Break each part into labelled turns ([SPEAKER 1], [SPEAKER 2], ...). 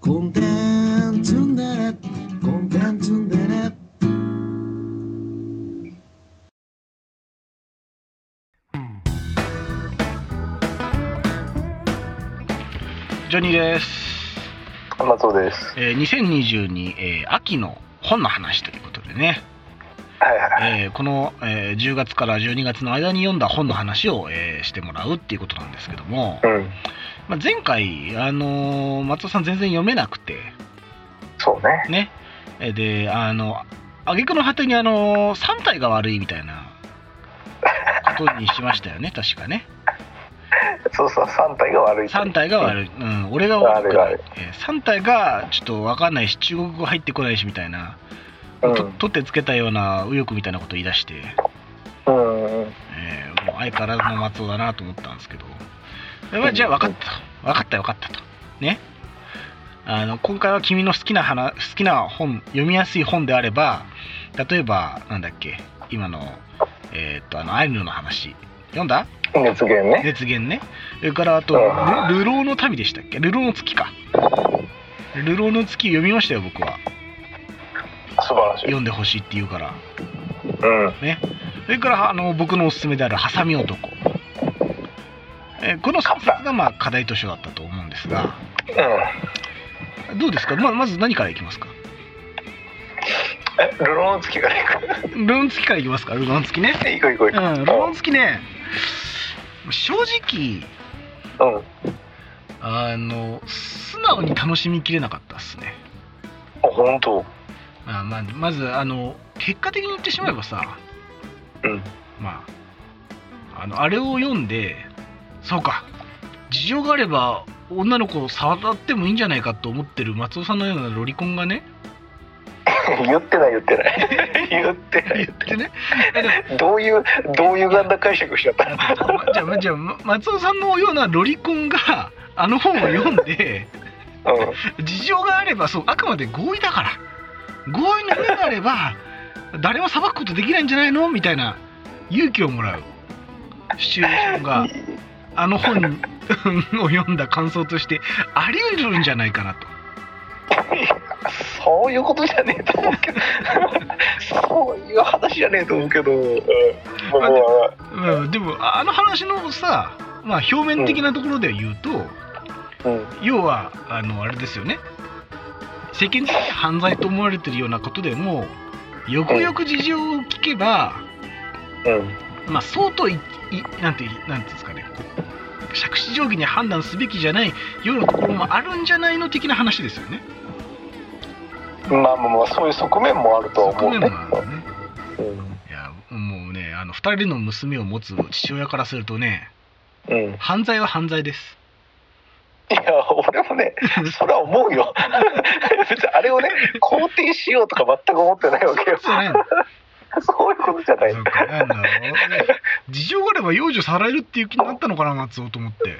[SPEAKER 1] コンテンツンデレコンテンツンデレ
[SPEAKER 2] ジョニーです。
[SPEAKER 3] 松尾です。
[SPEAKER 2] えー2022、えー秋の本の話ということでね、
[SPEAKER 3] はいはい。
[SPEAKER 2] えーこの、えー10月から12月の間に読んだ本の話を、えーしてもらうっていうことなんですけども、
[SPEAKER 3] うん。
[SPEAKER 2] まあ、前回、あのー松尾さん全然読めなくて、
[SPEAKER 3] そうね。
[SPEAKER 2] ね、えーで、あの、挙句の果てに、あのー、3体が悪いみたいなことにしましたよね、確かね。
[SPEAKER 3] そうそう、三体が悪い。
[SPEAKER 2] 3体が悪い、うん、俺が悪くない、えー3体がちょっと分かんないし、中国語入ってこないしみたいな。
[SPEAKER 3] うん。
[SPEAKER 2] と取ってつけたような右翼みたいなこと言い出して、
[SPEAKER 3] うんうんうん。
[SPEAKER 2] えーもう相変わらずの松尾だなと思ったんですけど、やばいじゃあ分かった、分かったよ分かったと。ね。あの今回は君の好きな話好きな本、読みやすい本であれば、例えば、なんだっけ、今の、えーっと、あの、アイヌの話、読んだ
[SPEAKER 3] 熱源ね。
[SPEAKER 2] 熱源ね。それから、あと、
[SPEAKER 3] うん
[SPEAKER 2] ルルローの民でしたっけルローの月か。ルローの月読みましたよ、僕は。
[SPEAKER 3] 素晴らしい。
[SPEAKER 2] 読んでほしいって言うから。
[SPEAKER 3] うん。
[SPEAKER 2] それからあの僕のおすすめである「ハサミ男」えーこの3冊がまあ課題図書だったと思うんですが
[SPEAKER 3] うん。
[SPEAKER 2] どうですかままず何からいきますか
[SPEAKER 3] え、ルローン付きから行
[SPEAKER 2] ルロン付きからいきますかルロン付きね
[SPEAKER 3] く。行こう行こう
[SPEAKER 2] う
[SPEAKER 3] 行
[SPEAKER 2] んルロン付きね正直
[SPEAKER 3] こう。うん。
[SPEAKER 2] あの素直に楽しみきれなかったっすね
[SPEAKER 3] あ、本当。
[SPEAKER 2] あまあまずあの結果的に言ってしまえばさ
[SPEAKER 3] うん。
[SPEAKER 2] まあ、あのあれを読んでそうか事情があれば女の子を触ってもいいんじゃないかと思ってる松尾さんのようなロリコンがね
[SPEAKER 3] 言ってない言ってない。 言ってない言っ
[SPEAKER 2] で
[SPEAKER 3] て な
[SPEAKER 2] ねえでも
[SPEAKER 3] い。どういう、どういうがんだ解釈しちゃったの。
[SPEAKER 2] じゃあまじゃあま松尾さんのようなロリコンがあの本を読んで
[SPEAKER 3] うん。
[SPEAKER 2] 事情があればそうあくまで合意だから合意の上であれば誰も裁くことできないんじゃないのみたいな勇気をもらうシチュエーションがあの本 を読んだ感想としてあり得るんじゃないかなと。
[SPEAKER 3] そういうことじゃねえと思うけど。 そういう話じゃねえと思うけど。うん。まあまあ
[SPEAKER 2] まあ、でもああの話のさ、まあ、表面的なところで言うと、
[SPEAKER 3] まあ。うん。
[SPEAKER 2] 要はあのあれですよね世間的に犯罪と思われてるようなことでもよくよく事情を聞けば、
[SPEAKER 3] うん。
[SPEAKER 2] まあ、そうといいなんていなんていうんですかね杓子定規に判断すべきじゃないようなところもあるんじゃないの的な話ですよね。
[SPEAKER 3] まあまあまあそういう側面もあるとは思う
[SPEAKER 2] 側面
[SPEAKER 3] ね。
[SPEAKER 2] もあるね
[SPEAKER 3] うん
[SPEAKER 2] いやもうねあの2人の娘を持つ父親からするとね
[SPEAKER 3] うん、い
[SPEAKER 2] 犯罪は犯罪です。
[SPEAKER 3] や俺も ねそれは思うよ 別にあれをね肯定しようとか全く思ってないわけよ
[SPEAKER 2] そうね
[SPEAKER 3] そういうことじゃない
[SPEAKER 2] なんかなんだろうね事情があれば幼女さらえるっていう気になったのかな松尾と思って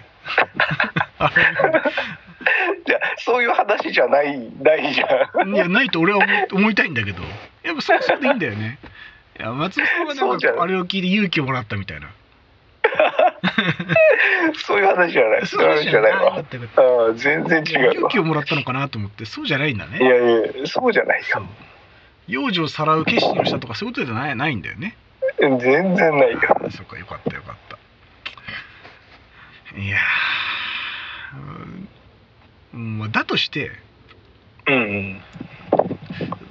[SPEAKER 3] いやそういう話じゃないないじゃん
[SPEAKER 2] いやないと俺は思い思いたいんだけどやっぱそうそうでいいんだよねいや松尾さんが
[SPEAKER 3] そ
[SPEAKER 2] なん
[SPEAKER 3] うじゃ
[SPEAKER 2] か
[SPEAKER 3] ない
[SPEAKER 2] あれを聞いて勇気をもらったみたいな
[SPEAKER 3] そういう話じゃないそういう話じゃない
[SPEAKER 2] そ
[SPEAKER 3] わ
[SPEAKER 2] うじゃない
[SPEAKER 3] ああ全然
[SPEAKER 2] いや
[SPEAKER 3] 違う
[SPEAKER 2] 勇
[SPEAKER 3] わ
[SPEAKER 2] 気をもらったのかなと思ってそうじゃないんだ
[SPEAKER 3] い
[SPEAKER 2] ね
[SPEAKER 3] やいやそうじゃない
[SPEAKER 2] そう
[SPEAKER 3] よ
[SPEAKER 2] 幼女をさらう決心をしたとかそういうことじゃないないんだよね
[SPEAKER 3] 全然ないよ
[SPEAKER 2] あそうかよかったよかったいやーうんまあだとして
[SPEAKER 3] うん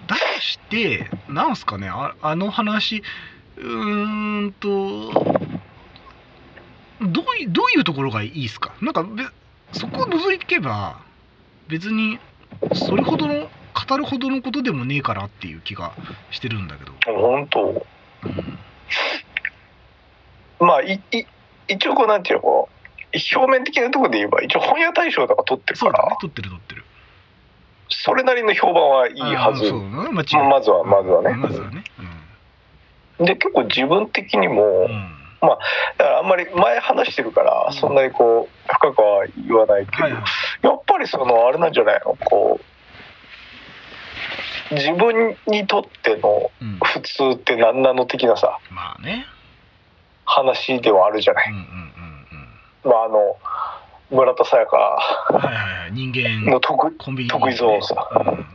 [SPEAKER 2] だとしてなんすかねああの話うーんとどういどういうところがいいですかなんかべそこを除いてけば別にそれほどの語るほどのことでもねえからっていう気がしてるんだけど、
[SPEAKER 3] 本当
[SPEAKER 2] うん
[SPEAKER 3] まあいい一応こうなんていうのかな表面的なところで言えば一応本屋大賞とか取ってる
[SPEAKER 2] そ
[SPEAKER 3] か
[SPEAKER 2] うだね
[SPEAKER 3] ら
[SPEAKER 2] 撮ってる撮ってる
[SPEAKER 3] それなりの評判はいいは
[SPEAKER 2] あー
[SPEAKER 3] ず
[SPEAKER 2] そうだな間違い
[SPEAKER 3] まあまずはまずはね
[SPEAKER 2] まずはね
[SPEAKER 3] で結構自分的に
[SPEAKER 2] う
[SPEAKER 3] も、
[SPEAKER 2] ん、うん
[SPEAKER 3] だからあんまり前話してるから、
[SPEAKER 2] うん
[SPEAKER 3] そんなにこう深くは言わないけど、
[SPEAKER 2] はいはい
[SPEAKER 3] やっぱりそのあれなんじゃないのこう自分にとっての
[SPEAKER 2] うん
[SPEAKER 3] 普通って何なの的なさ
[SPEAKER 2] まあね
[SPEAKER 3] 話ではあるじゃな
[SPEAKER 2] う
[SPEAKER 3] い、
[SPEAKER 2] んうんうんうん
[SPEAKER 3] まああの村田沙耶香
[SPEAKER 2] はいはいはい人間
[SPEAKER 3] の得意、
[SPEAKER 2] コンビニ
[SPEAKER 3] 得意ゾーンさ
[SPEAKER 2] うん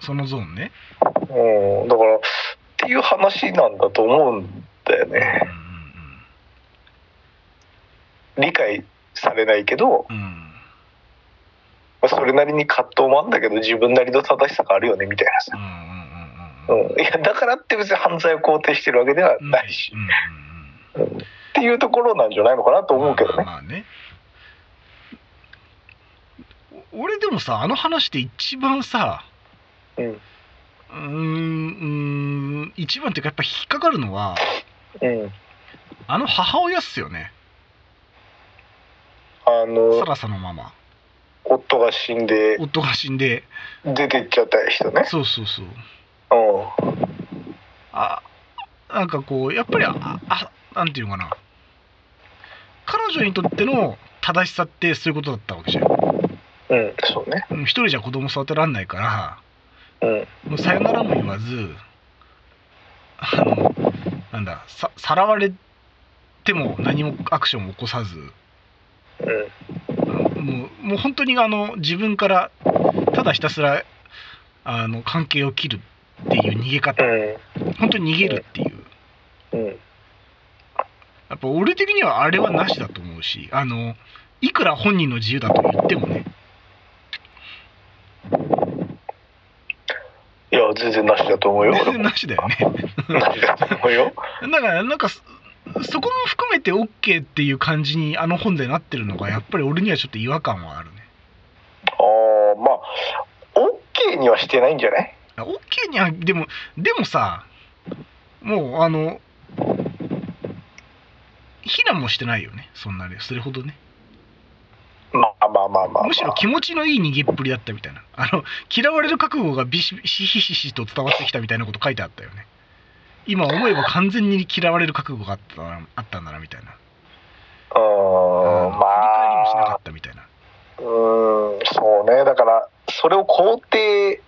[SPEAKER 2] そのゾーンね
[SPEAKER 3] うん、だから、っていう話なんだと思うんだよ
[SPEAKER 2] うん
[SPEAKER 3] ね。理解されないけど、
[SPEAKER 2] うんうんうん
[SPEAKER 3] まあそれなりに葛藤もあんだけど、自分なりの正しさがあるよね、みたいな
[SPEAKER 2] う
[SPEAKER 3] さ。
[SPEAKER 2] んうんうんうん
[SPEAKER 3] うん、いや、だからって別に犯罪を肯定してるわけでは
[SPEAKER 2] うん
[SPEAKER 3] ないし
[SPEAKER 2] う、んうん
[SPEAKER 3] うんっていうところなんじゃないのかなと
[SPEAKER 2] うん
[SPEAKER 3] 思うけどね。
[SPEAKER 2] まあねお俺でもさあの話で一番さ
[SPEAKER 3] うん、
[SPEAKER 2] うーんうーん一番っていうかやっぱ引っかかるのは
[SPEAKER 3] うん。
[SPEAKER 2] あの母親っすよね
[SPEAKER 3] あ
[SPEAKER 2] サ
[SPEAKER 3] の、
[SPEAKER 2] ラサのママ
[SPEAKER 3] 夫が死んで
[SPEAKER 2] 夫が死んで
[SPEAKER 3] 出てっちゃった人ね。
[SPEAKER 2] そうそうそう
[SPEAKER 3] う
[SPEAKER 2] あなんかこうやっぱりああなんていうのかな彼女にとっての正しさってそういうことだったわけじゃん
[SPEAKER 3] ん、うん、そうね。
[SPEAKER 2] うん一人じゃ子供育てらんないから
[SPEAKER 3] うん、
[SPEAKER 2] もうさよならも言わずあのなんだささらわれても何もアクションを起こさず
[SPEAKER 3] うん。
[SPEAKER 2] もうもう本当にあの自分からただひたすらあの関係を切るっていう逃げ方
[SPEAKER 3] う、
[SPEAKER 2] 本当に逃げるっていうん
[SPEAKER 3] うん、
[SPEAKER 2] やっぱ俺的にはあれはなしだと思うしあのいくら本人の自由だと言ってもね
[SPEAKER 3] いや全然なしだと思うよ。
[SPEAKER 2] 全
[SPEAKER 3] 俺
[SPEAKER 2] 然
[SPEAKER 3] も
[SPEAKER 2] なしだよね
[SPEAKER 3] なしだと思うよ。
[SPEAKER 2] だからなんかそそこも含めて OK っていう感じにあの本でなってるのがやっぱり俺にはちょっと違和感はあるね
[SPEAKER 3] ああ、まあオッケーにはしてないんじゃない？
[SPEAKER 2] あ OK にはでもでもさもうあの非難もしてないよねそんなにそれほどね
[SPEAKER 3] まあまあまあまあ、まあ。
[SPEAKER 2] むしろ気持ちのいい逃げっぷりだったみたいなあの嫌われる覚悟がビシビシひしひしと伝わってきたみたいなこと書いてあったよね今思えば完全に嫌われる覚悟があったなあったんだなみたいな
[SPEAKER 3] う
[SPEAKER 2] 振
[SPEAKER 3] ーん、ま
[SPEAKER 2] り返りもしなか
[SPEAKER 3] あ
[SPEAKER 2] っ、たみたいな
[SPEAKER 3] うーん、そうね。だからそれを肯定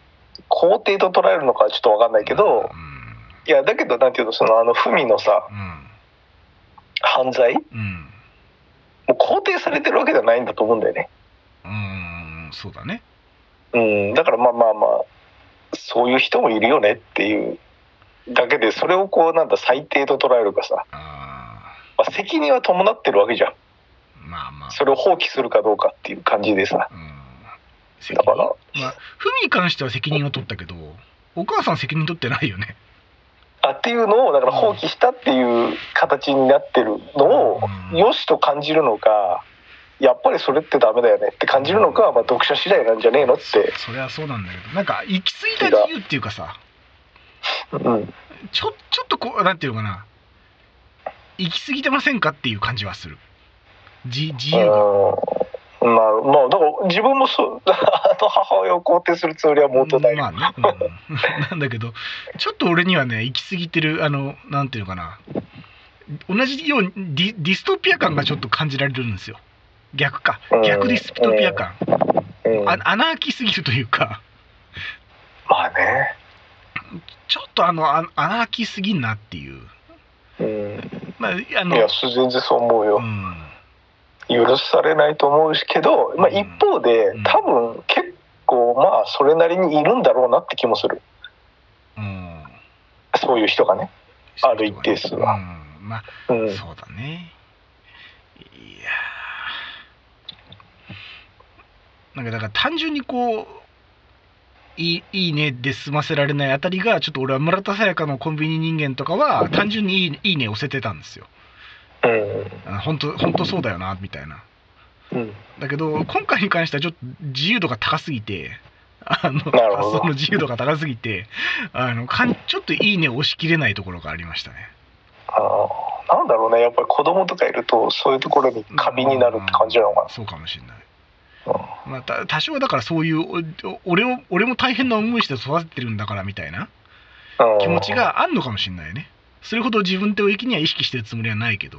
[SPEAKER 3] 肯定と捉えるのかはちょっとわかんないけど、いやだけどなんていうのそのあの文のさ
[SPEAKER 2] うん
[SPEAKER 3] 犯罪も
[SPEAKER 2] うんうん
[SPEAKER 3] う肯定されてるわけじゃないんだと思うんだよね。
[SPEAKER 2] うんそうだね
[SPEAKER 3] うん、だからまあまあまあそういう人もいるよねっていうだけでそれをこうなんだ最低と捉えるかさ、
[SPEAKER 2] あ
[SPEAKER 3] まあ、責任は伴ってるわけじゃん
[SPEAKER 2] ーまあまあ
[SPEAKER 3] それを放棄するかどうかっていう感じでさ
[SPEAKER 2] うん責
[SPEAKER 3] だ
[SPEAKER 2] 任
[SPEAKER 3] から
[SPEAKER 2] まあふみに関しては責任を取ったけどお母さん責任取ってないよね
[SPEAKER 3] あっていうのをだから放棄したっていう形になってるのを
[SPEAKER 2] うん
[SPEAKER 3] 良しと感じるのかやっぱりそれってダメだよねって感じるのかはまあ読者次第なんじゃねえのって、
[SPEAKER 2] そりゃそうなんだけどなんか行き過ぎた自由っていうかさ
[SPEAKER 3] うん、
[SPEAKER 2] ちょちょっとこうなんていうのかな行き過ぎてませんかっていう感じはするじ自由が
[SPEAKER 3] うんなるまあだから自分もそう あの母親を肯定するつもりは毛頭ない、
[SPEAKER 2] まあね、うん なんだけどちょっと俺にはね行き過ぎてるあのなんていうのかな同じようにディディストピア感がちょっと感じられるんですよ逆か
[SPEAKER 3] うん
[SPEAKER 2] 逆ディストピア感、
[SPEAKER 3] うん
[SPEAKER 2] あ穴開きすぎるというか
[SPEAKER 3] まあね
[SPEAKER 2] ちょっとあのあ穴開きすぎんなっていう
[SPEAKER 3] うん
[SPEAKER 2] まああの
[SPEAKER 3] いやそ全然そう思う
[SPEAKER 2] う
[SPEAKER 3] よ、
[SPEAKER 2] ん
[SPEAKER 3] 許されないと思うしけど、まあ、
[SPEAKER 2] うん
[SPEAKER 3] 一方で
[SPEAKER 2] うん
[SPEAKER 3] 多分結構まあそれなりにいるんだろうなって気もする
[SPEAKER 2] うん
[SPEAKER 3] そういう人がね、ある一定数は
[SPEAKER 2] うんまあ
[SPEAKER 3] うん、
[SPEAKER 2] そうだねいやーなんかだから単純にこう「いいいいね」で済ませられないあたりがちょっと俺は村田沙耶香のコンビニ人間とかは単純にいい「いいね」押せてたんですよ
[SPEAKER 3] うん
[SPEAKER 2] あ本当本当そうだよなみたいな
[SPEAKER 3] うん、
[SPEAKER 2] だけど今回に関してはちょっと自由度が高すぎてあの
[SPEAKER 3] なるほど
[SPEAKER 2] 発想の自由度が高すぎてあのかんちょっと「いいね」押し切れないところがありましたね
[SPEAKER 3] あーなんだろうねやっぱり子供とかいるとそういうところに過敏になるって感じなのか
[SPEAKER 2] そうかもしれない
[SPEAKER 3] な、
[SPEAKER 2] まあ、た多少だからそういうおお俺を俺も大変な思いして育ててるんだからみたいな
[SPEAKER 3] うん
[SPEAKER 2] 気持ち、があんのかもしれないねそれほど自分って駅には意識してるつもりはないけど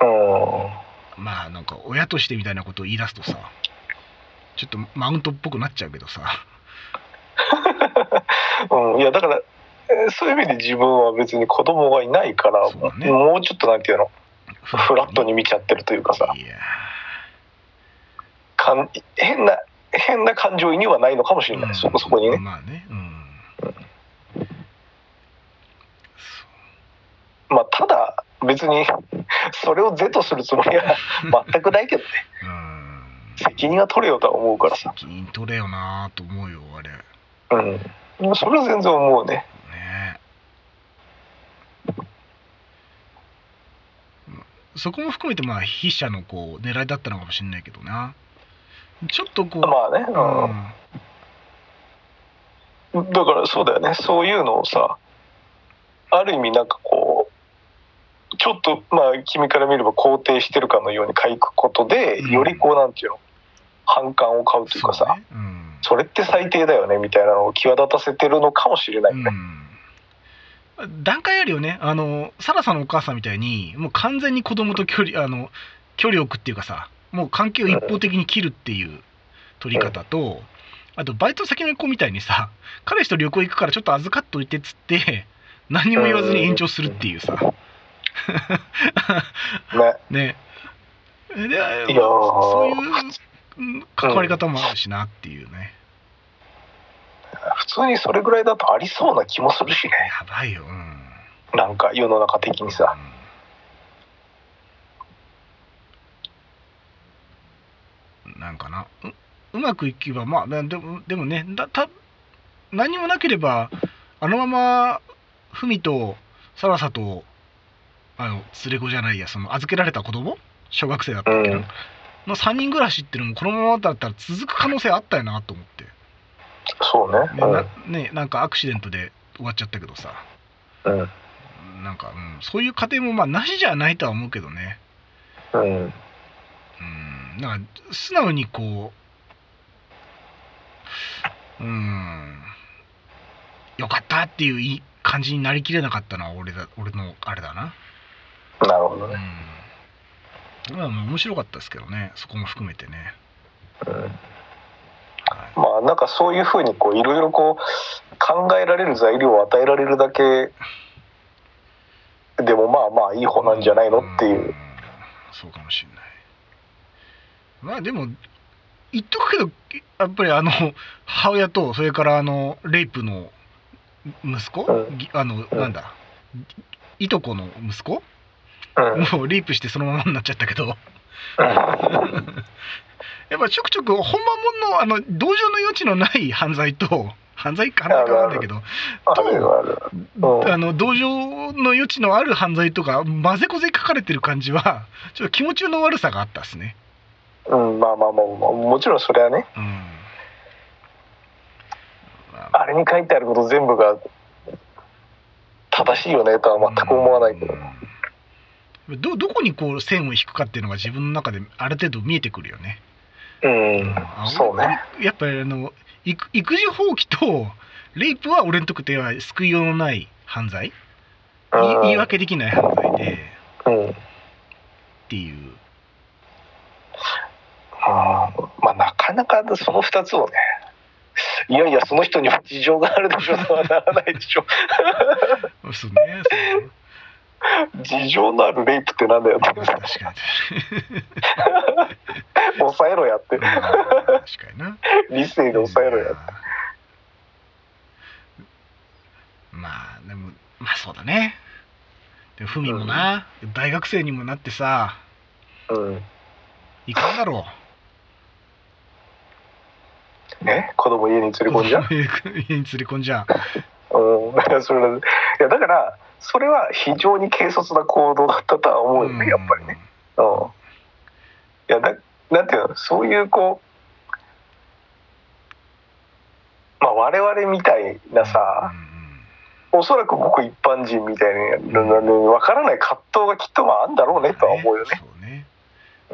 [SPEAKER 3] うん、
[SPEAKER 2] まあなんか親としてみたいなことを言い出すとさちょっとマウントっぽくなっちゃうけどさ
[SPEAKER 3] うん、いやだからえーそういう意味で自分は別に子供がいないから
[SPEAKER 2] そうだね
[SPEAKER 3] もうちょっとなんていうの
[SPEAKER 2] フ
[SPEAKER 3] フラットに見ちゃってるというかさ
[SPEAKER 2] いや
[SPEAKER 3] かん変な変な感情移入はないのかもしれない、
[SPEAKER 2] うん
[SPEAKER 3] そこそこにね、
[SPEAKER 2] まあね、うん。
[SPEAKER 3] まあ、ただ別にそれを是とするつも りは全くないけどね
[SPEAKER 2] うん。
[SPEAKER 3] 責任は取れよとは思うからさ、
[SPEAKER 2] 責任取れよなと思うよ、あれ。
[SPEAKER 3] うん、それは全然思うね
[SPEAKER 2] ねそこも含めてまあ筆者のこう狙いだったのかもしれないけどなちょっとこう、
[SPEAKER 3] まあね、
[SPEAKER 2] うん
[SPEAKER 3] うんだからそうだよねそういうのをさある意味なんかこうちょっとまあ君から見れば肯定してるかのように書くことで
[SPEAKER 2] うん
[SPEAKER 3] よりこうなんていうの反感を買うというかさ
[SPEAKER 2] そうねうん
[SPEAKER 3] それって最低だよねみたいなのを際立たせてるのかもしれないね。
[SPEAKER 2] うん段階あるよねあのサラさんのお母さんみたいにもう完全に子供と距離あの距離を置くっていうかさもう関係を一方的に切るっていう取り方とあとバイト先の子みたいにさ彼氏と旅行行くからちょっと預かっといてっつって何も言わずに延長するっていうさ
[SPEAKER 3] ね
[SPEAKER 2] ねで
[SPEAKER 3] いやー
[SPEAKER 2] そういううん関わり方もあるしなっていうね
[SPEAKER 3] 普通にそれぐらいだとありそうな気もするしね
[SPEAKER 2] やばいようん
[SPEAKER 3] なんか世の中的にさ。
[SPEAKER 2] うんなんかなううまくいけばまあなでもでもねだた何もなければあのままふみとさらさとあの連れ子じゃないやその預けられた子供小学生だっ
[SPEAKER 3] う
[SPEAKER 2] たっけな、
[SPEAKER 3] ん、
[SPEAKER 2] の3人暮らしっていうのもこのままだったら続く可能性あったよなと思って、
[SPEAKER 3] そうね。
[SPEAKER 2] ねなねなんかアクシデントで終わっちゃったけどさ
[SPEAKER 3] うん、うん
[SPEAKER 2] なんか、うん、そういう過程もまあなしじゃないとは思うけどね、
[SPEAKER 3] うん、
[SPEAKER 2] うんなんか素直にこううんよかったっていういい感じになりきれなかったのは俺だ俺のあれだな
[SPEAKER 3] なるほど
[SPEAKER 2] う
[SPEAKER 3] ね。
[SPEAKER 2] んまあ面白かったですけどねそこも含めてね
[SPEAKER 3] うん
[SPEAKER 2] はい
[SPEAKER 3] まあなんかそういうふうにこういろいろこう考えられる材料を与えられるだけでもまあまあいい方なんじゃないのっていう
[SPEAKER 2] うん。そうかもしれないまあでも言っとくけどやっぱりあの母親とそれからあのレイプの息子、
[SPEAKER 3] うん
[SPEAKER 2] ぎあの、
[SPEAKER 3] うん
[SPEAKER 2] なんだいとこの息子
[SPEAKER 3] うん
[SPEAKER 2] もうレイプしてそのままになっちゃったけど やっぱちょくちょく本間もんのあの同情の余地のない犯罪と犯罪か犯罪かわかんないけど
[SPEAKER 3] あるある。うん
[SPEAKER 2] あの同情の余地のある犯罪とかまぜこぜ書かれてる感じは ちょっと気持ちの悪さがあったっすね
[SPEAKER 3] うん、まあまあまあまあもちろんそれはね
[SPEAKER 2] うんまあ
[SPEAKER 3] あれに書いてあること全部が正しいよねとは全く思わないけど、
[SPEAKER 2] うんどどこにこう線を引くかっていうのが自分の中である程度見えてくるよね
[SPEAKER 3] うん、
[SPEAKER 2] あ
[SPEAKER 3] そうね
[SPEAKER 2] 俺やっぱりあの育育児放棄と レイプは俺にとっては救いようのない犯罪い
[SPEAKER 3] うん
[SPEAKER 2] 言い訳できない犯罪で
[SPEAKER 3] うん
[SPEAKER 2] っていう
[SPEAKER 3] あーまあなかなかその2つをねいやいやその人には事情があるでしょとはならないでしょ
[SPEAKER 2] そうねそう
[SPEAKER 3] 事情のあるレイプってなんだよ って
[SPEAKER 2] 確かに
[SPEAKER 3] 抑えろやって
[SPEAKER 2] 確かにな。
[SPEAKER 3] 理性で抑えろやって
[SPEAKER 2] まあでもまあそうだね。でもふみもな、大学生にもなってさ
[SPEAKER 3] うん
[SPEAKER 2] いかんだろ
[SPEAKER 3] ね子供家に連れ
[SPEAKER 2] う。
[SPEAKER 3] 込ん じゃう
[SPEAKER 2] 家に連れ込んじゃ
[SPEAKER 3] うんそれはいやだからそれは非常に軽率な行動だったとは思うよねやっぱりね。うんいやだなんていうのそういうこうまあ我々みたいなさ、おそらく僕一般人みたいなのに分からない葛藤がきっとまああんだろうねとは思うよね。
[SPEAKER 2] そうね。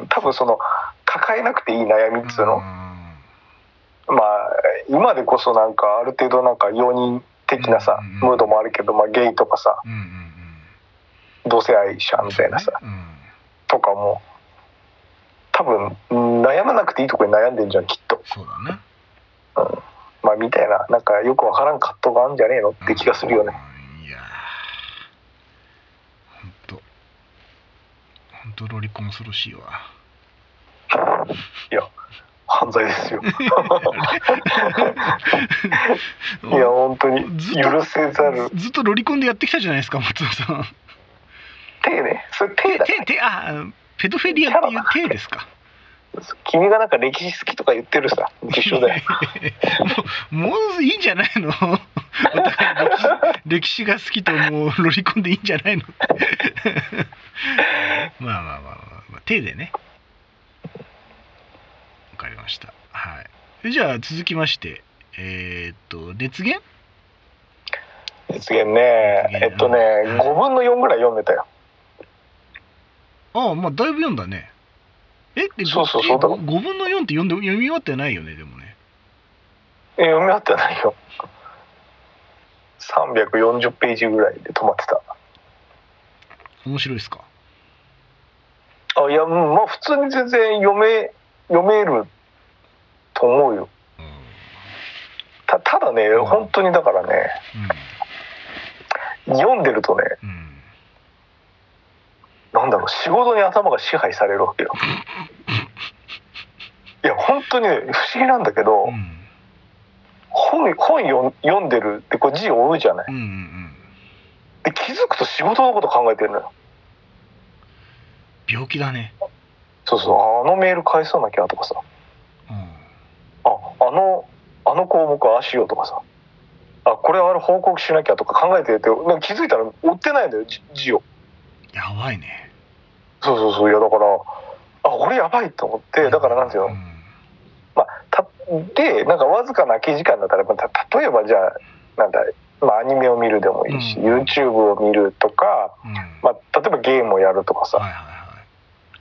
[SPEAKER 3] 多分その抱えなくていい悩みっつうの、
[SPEAKER 2] ん
[SPEAKER 3] まあ今でこそなんかある程度なんか容認的なさ、
[SPEAKER 2] うんうんうん
[SPEAKER 3] ムードもあるけど、まあ、ゲイとかさ
[SPEAKER 2] うんうん
[SPEAKER 3] 同性愛者
[SPEAKER 2] うん。
[SPEAKER 3] みたいなさ、
[SPEAKER 2] うん。
[SPEAKER 3] とかも多分うん悩まなくていいとこに悩んでんじゃんきっと、
[SPEAKER 2] そうだな。
[SPEAKER 3] うん、まあみたいななんかよくわからん葛藤があるんじゃねえのって気がするよね。
[SPEAKER 2] うん。いやー、本当本当ロリコン恐ろしいわ。
[SPEAKER 3] は犯罪で すよ。いや
[SPEAKER 2] も
[SPEAKER 3] 本当に
[SPEAKER 2] ずっと
[SPEAKER 3] 許せざる
[SPEAKER 2] うずっとロリコンでやってきたじゃないですか松尾さん
[SPEAKER 3] 手ねそれ手だ
[SPEAKER 2] 手手ああのペドフェリアっていう手ですか
[SPEAKER 3] 君がなんか歴史好きとか言って るさ一緒だよ
[SPEAKER 2] もういいんじゃないの お互い歴史歴史が好きともうロリコンでいいんじゃないの まあまあまあまあ、まあ、手でねわかりましたはいじゃあ続きましてえーっと熱源
[SPEAKER 3] 実現ねえっとね
[SPEAKER 2] うん
[SPEAKER 3] 5分の4ぐらい読めたよ
[SPEAKER 2] ああまあだいぶ読んだねえで
[SPEAKER 3] そうそうそうだ
[SPEAKER 2] 5分の4って読んで読み終わってないよねでもね
[SPEAKER 3] え読み終わってないよ340ページぐらいで止まってた
[SPEAKER 2] 面白いですか
[SPEAKER 3] あいやうんまあ普通に全然読め読めると思うよ
[SPEAKER 2] うん、
[SPEAKER 3] たただね
[SPEAKER 2] うん
[SPEAKER 3] 本当にだからね読んでるとね
[SPEAKER 2] うんうん
[SPEAKER 3] なんだろう仕事に頭が支配される わけよいや本当にね不思議なんだけど、
[SPEAKER 2] うん
[SPEAKER 3] 本本読ん読んでるってこう字を追うじゃない
[SPEAKER 2] うんうんうん
[SPEAKER 3] で気づくと仕事のこと考えてるのよ
[SPEAKER 2] 病気だね
[SPEAKER 3] そうそうあのメール返さなきゃとかさ
[SPEAKER 2] うん
[SPEAKER 3] ああのあの項目はああしようとかさあこれはあれ報告しなきゃとか考えててなんか気づいたら追ってないんだよじ字を
[SPEAKER 2] やばいね。
[SPEAKER 3] そうそうそういやだからあ俺やばいと思ってだからなんです
[SPEAKER 2] う
[SPEAKER 3] よ、
[SPEAKER 2] ん
[SPEAKER 3] まあ、たでなんかわずかな空き時間だったら、まあた例えばじゃあなんだ、まあ、アニメを見るでもいいし、
[SPEAKER 2] うん
[SPEAKER 3] YouTube を見るとか、
[SPEAKER 2] うん。
[SPEAKER 3] まあ、例えばゲームをやるとかさ、
[SPEAKER 2] はいはいは
[SPEAKER 3] ま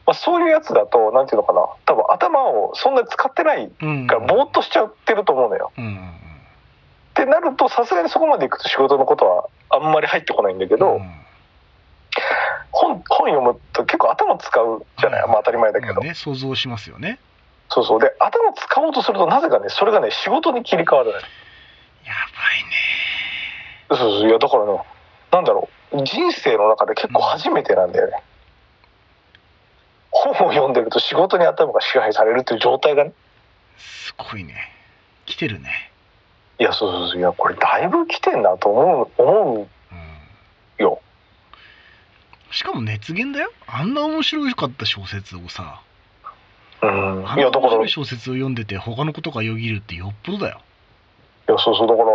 [SPEAKER 3] あ、そういうやつだとなんていうのかな多分頭をそんなに使ってない
[SPEAKER 2] い。うん。
[SPEAKER 3] からぼーっとしちゃってると思うのよ。
[SPEAKER 2] うんうんうん。
[SPEAKER 3] ってなるとさすがにそこまでいくと仕事のことはあんまり入ってこないんだけ
[SPEAKER 2] け
[SPEAKER 3] ど、本本読むと結構頭使うじゃない、
[SPEAKER 2] はい
[SPEAKER 3] まあ、当たり前だけど、
[SPEAKER 2] ね、想像しますよね。
[SPEAKER 3] そうそうで頭使おうとするとなぜかねそれがね仕事に切り替わるのよ
[SPEAKER 2] やば
[SPEAKER 3] そうそういやだからねなんだろう人生の中で結構初めてなんだよね。本を読んでると仕事に頭が支配されるっていう状態がね
[SPEAKER 2] いね。すごいね。来てるね。
[SPEAKER 3] いやそうそうそういやこれだいぶ来てんなと思う思う
[SPEAKER 2] うん。
[SPEAKER 3] よ
[SPEAKER 2] しかも熱源だよ。あんな面白かった小説をさ、
[SPEAKER 3] うん
[SPEAKER 2] あん
[SPEAKER 3] い
[SPEAKER 2] な
[SPEAKER 3] やだか
[SPEAKER 2] 面
[SPEAKER 3] ら
[SPEAKER 2] 白い小
[SPEAKER 3] いや
[SPEAKER 2] 説を読んでて他のことがよぎるってよっぽどだよ。
[SPEAKER 3] そうそうだから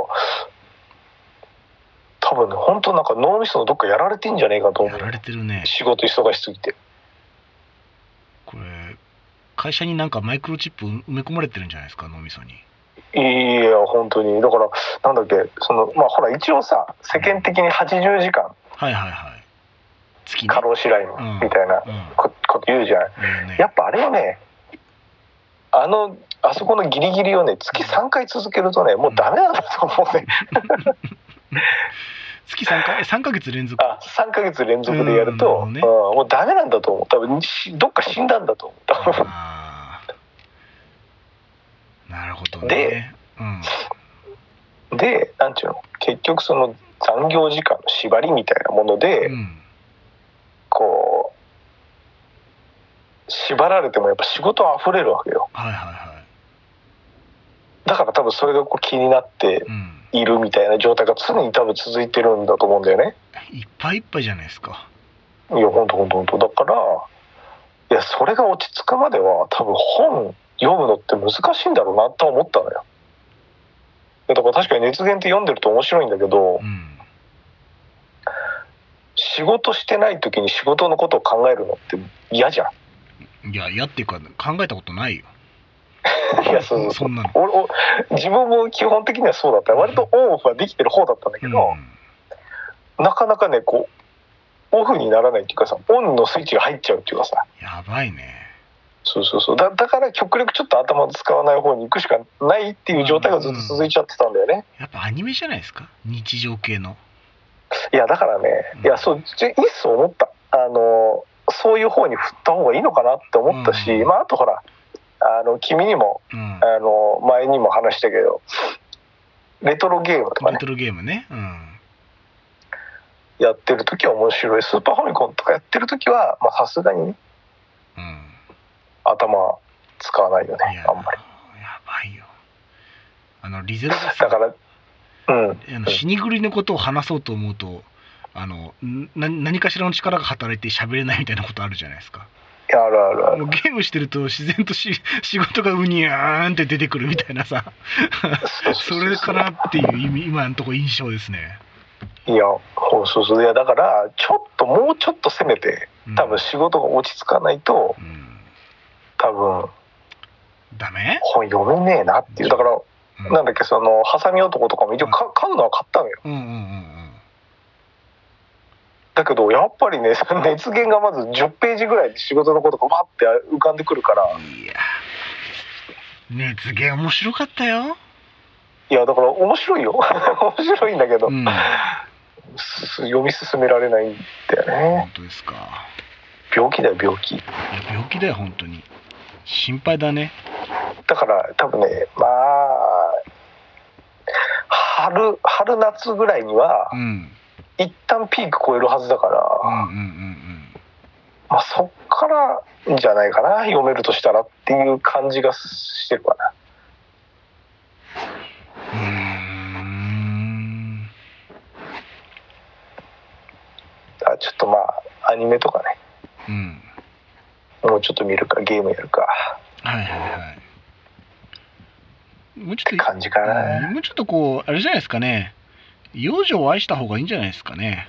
[SPEAKER 3] 多分ね本当なんか脳みそのどっかやられてんじゃねえかと思
[SPEAKER 2] や
[SPEAKER 3] う
[SPEAKER 2] られてるね。
[SPEAKER 3] 仕事忙しすぎて
[SPEAKER 2] これ会社になんかマイクロチップ埋め込まれてるんじゃないですか脳みそに。
[SPEAKER 3] いや本当にだからなんだっけそのまあほら一応さ世間的に80時間
[SPEAKER 2] はいはいはい。月ね
[SPEAKER 3] 過。労死ライン
[SPEAKER 2] うん
[SPEAKER 3] みたいな
[SPEAKER 2] うん。
[SPEAKER 3] ここと言うじゃん
[SPEAKER 2] だよね
[SPEAKER 3] やっぱあれをねあのあそこのギリギリをね月3回続けるとねもうダメなんだと思うね
[SPEAKER 2] 月3回3ヶ月連 続
[SPEAKER 3] あ3ヶ月連続でやると、
[SPEAKER 2] う
[SPEAKER 3] うんん
[SPEAKER 2] なる
[SPEAKER 3] もうダメなんだと思う多分しどっか死んだんだと思う多分
[SPEAKER 2] あーなるほどね。
[SPEAKER 3] で
[SPEAKER 2] うん、
[SPEAKER 3] でなんていうの結局その残業時間の縛りみたいなもので、
[SPEAKER 2] うん、
[SPEAKER 3] こう縛られてもやっぱ仕事は溢れるわけよ
[SPEAKER 2] はいはいは
[SPEAKER 3] だから多分それがこう気になって
[SPEAKER 2] い。うん、
[SPEAKER 3] いるみたいな状態が常に多分続いてるんだと思うんだよね
[SPEAKER 2] いっぱいいっぱいじゃないですか。
[SPEAKER 3] いやほんとほんとほんとだからいやそれが落ち着くまでは多分本読むのって難しいんだろうなとは思ったのよだから確かに熱源って読んでると面白いんだけど
[SPEAKER 2] うん、
[SPEAKER 3] 仕事してない時に仕事のことを考えるのって嫌じゃん
[SPEAKER 2] いや、やっていうか考えたことないよ。
[SPEAKER 3] いやそうそう
[SPEAKER 2] そんなの。
[SPEAKER 3] 俺お自分も基本的にはそうだった割とオンオフはできてる方だったんだけど、なかなかねこうオフにならないっていうかさオンのスイッチが入っちゃうっていうかさ
[SPEAKER 2] やばいね。
[SPEAKER 3] そうそうそうだだから極力ちょっと頭を使わない方に行くしかないっていう状態がずっと続いちゃってたんだよね、
[SPEAKER 2] やっぱアニメじゃないですか。日常系の。
[SPEAKER 3] いやだからね
[SPEAKER 2] うん
[SPEAKER 3] いやそうちょいっそ思ったあのそういう方に振った方がいいのかなって思ったし、
[SPEAKER 2] うん
[SPEAKER 3] まああとほらあの君にも
[SPEAKER 2] うん。
[SPEAKER 3] あの前にも話したけどレトロゲームとか
[SPEAKER 2] レ
[SPEAKER 3] ね
[SPEAKER 2] トロゲームね。うん。
[SPEAKER 3] やってる時は面白いスーパーファミコンとかやってる時はまあさすがにね
[SPEAKER 2] うん。
[SPEAKER 3] 頭使わないよ
[SPEAKER 2] い
[SPEAKER 3] ね
[SPEAKER 2] や
[SPEAKER 3] あんまり
[SPEAKER 2] やばいよあのリゼロがさ
[SPEAKER 3] だから うん
[SPEAKER 2] あの死に狂いのことを話そうと思うとあのんな何かしらの力が働いて喋れないみたいなことあるじゃないですか
[SPEAKER 3] あるあるあ
[SPEAKER 2] も
[SPEAKER 3] る
[SPEAKER 2] うゲームしてると自然とし 仕事がうにゃーんって出てくるみたいなさ
[SPEAKER 3] そう
[SPEAKER 2] そ
[SPEAKER 3] そうそう
[SPEAKER 2] れかなっていう意味今のところ印象ですね、
[SPEAKER 3] いやそうそうそういやだからちょっともうちょっと攻めて
[SPEAKER 2] うん
[SPEAKER 3] 多分仕事が落ち着かないと
[SPEAKER 2] うん
[SPEAKER 3] 多分
[SPEAKER 2] ダメ、
[SPEAKER 3] 本読めねえなっていうだから
[SPEAKER 2] うん、
[SPEAKER 3] なんだっけそのハサミ男とかも一応か買うのは買ったのよ
[SPEAKER 2] うんうんうん
[SPEAKER 3] だけどやっぱりね その熱源がまず10ページぐらいで仕事のことがバって浮かんでくるから
[SPEAKER 2] うんいや熱芸面白かったよ、
[SPEAKER 3] いやだから面白いよ 面白いんだけど、
[SPEAKER 2] うん、
[SPEAKER 3] す読み進められないんだよね
[SPEAKER 2] 本当ですか
[SPEAKER 3] 病気だよ病気
[SPEAKER 2] いや病気だよ本当に心配だね
[SPEAKER 3] だから多分ねまあ春春夏ぐらいには
[SPEAKER 2] うん
[SPEAKER 3] 一旦ピーク超えるはずだから、
[SPEAKER 2] うんうんうん
[SPEAKER 3] まあ、そっからじゃないかな読めるとしたらっていう感じがしてるかな
[SPEAKER 2] うんうーん
[SPEAKER 3] だからちょっとまあアニメとかね
[SPEAKER 2] うん
[SPEAKER 3] もうちょっと見るかゲームやるか
[SPEAKER 2] はいはいはいもうち
[SPEAKER 3] っ
[SPEAKER 2] ょ
[SPEAKER 3] て
[SPEAKER 2] っと
[SPEAKER 3] 感じかな、
[SPEAKER 2] うんもうちょっとこうあれじゃないですかね幼女を愛した方がいいんじゃないですかね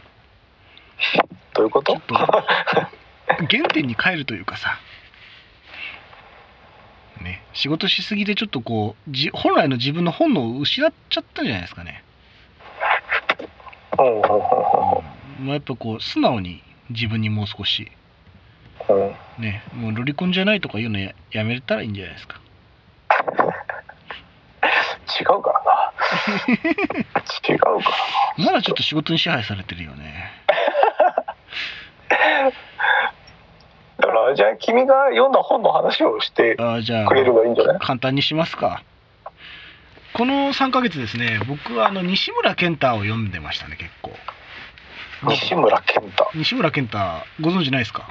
[SPEAKER 3] どういうこ
[SPEAKER 2] ちょ
[SPEAKER 3] と
[SPEAKER 2] っと原点に帰るというかさね仕事しすぎでちょっとこうじ本来の自分の本能を失っちゃったんじゃないですかね、
[SPEAKER 3] うんうんう
[SPEAKER 2] うんまあ、やっぱこう素直に自分にもう少し
[SPEAKER 3] んうんうん
[SPEAKER 2] ねもうロリコンじゃないとか言うのややめたらいいんじゃないですか
[SPEAKER 3] 違う からな違うから
[SPEAKER 2] まだちょっと仕事に支配されてるよね
[SPEAKER 3] だからじゃあ君が読んだ本の話をして
[SPEAKER 2] あーじゃあ
[SPEAKER 3] くれればいいんじゃない
[SPEAKER 2] 簡単にしますかこの3ヶ月ですね僕はあの西村健太を読んでましたね結構
[SPEAKER 3] 西村健太
[SPEAKER 2] 西村健太ご存知ないですか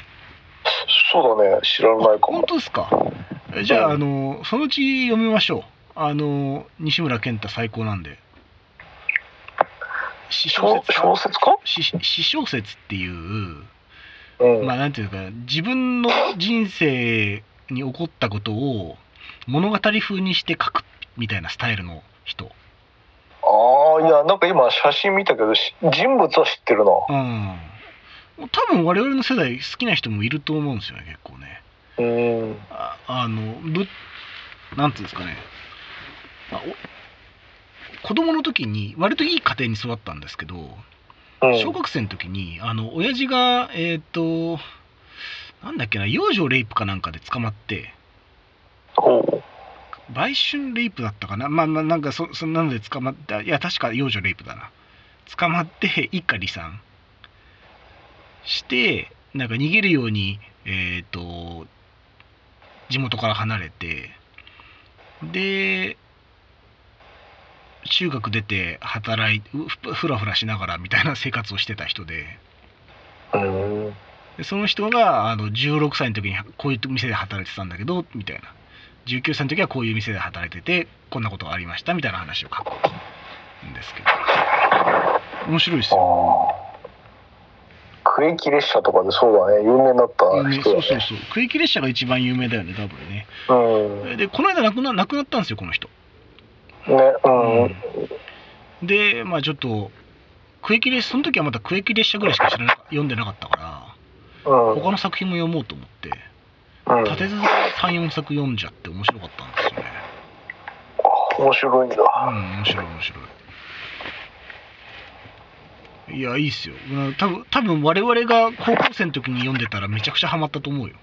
[SPEAKER 3] そうだね知らないか
[SPEAKER 2] 本
[SPEAKER 3] も
[SPEAKER 2] 当ですかえじゃああのそのうち読みましょうあの西村健太最高なんで詩小
[SPEAKER 3] 小
[SPEAKER 2] 説
[SPEAKER 3] 小
[SPEAKER 2] 家
[SPEAKER 3] 説か、
[SPEAKER 2] 詩詩小説っていう
[SPEAKER 3] うん
[SPEAKER 2] まあなんていうか自分の人生に起こったことを物語風にして書くみたいなスタイルの人
[SPEAKER 3] ああいやなんか今写真見たけどし人物は知ってるな
[SPEAKER 2] うん多分我々の世代好きな人もいると思うんですよね結構ね
[SPEAKER 3] うん
[SPEAKER 2] ああのぶなんていうんですかねあお子供の時に割といい家庭に育ったんですけど
[SPEAKER 3] うん
[SPEAKER 2] 小学生の時にあの親父がえっ、となんだっけな幼女レイプかなんかで捕まって
[SPEAKER 3] おう
[SPEAKER 2] 売春レイプだったかなまあまあなんかそそんなので捕まったいや確か幼女レイプだな捕まって一家離散してなんか逃げるようにえっ、と地元から離れてで中学出て働いふふらふらしながらみたいな生活をしてた人で
[SPEAKER 3] うん
[SPEAKER 2] でその人があの16歳の時にこういう店で働いてたんだけどみたいな19歳の時はこういう店で働いててこんなことがありましたみたいな話を書くんですけど面白いですよ、
[SPEAKER 3] ああ区域列車とかでそうだね有名になった
[SPEAKER 2] ね、
[SPEAKER 3] 人だ
[SPEAKER 2] そう
[SPEAKER 3] ね
[SPEAKER 2] そうそう区域列車が一番有名だよね多分ね
[SPEAKER 3] うんね
[SPEAKER 2] でこの間亡くな亡くなったんですよこの人
[SPEAKER 3] うん、
[SPEAKER 2] でまあちょっと区域列その時はまだ区域列車ぐらいしか知らな読んでなかったから
[SPEAKER 3] うん
[SPEAKER 2] 他の作品も読もうと思って
[SPEAKER 3] うん
[SPEAKER 2] 立て続けに34作読んじゃって面白かったんですよね
[SPEAKER 3] あ面白いんだ
[SPEAKER 2] うん、面白い面白い。いや、いいっすよ。うん多分多分我々が高校生の時に読んでたらめちゃくちゃハマったと思うよ。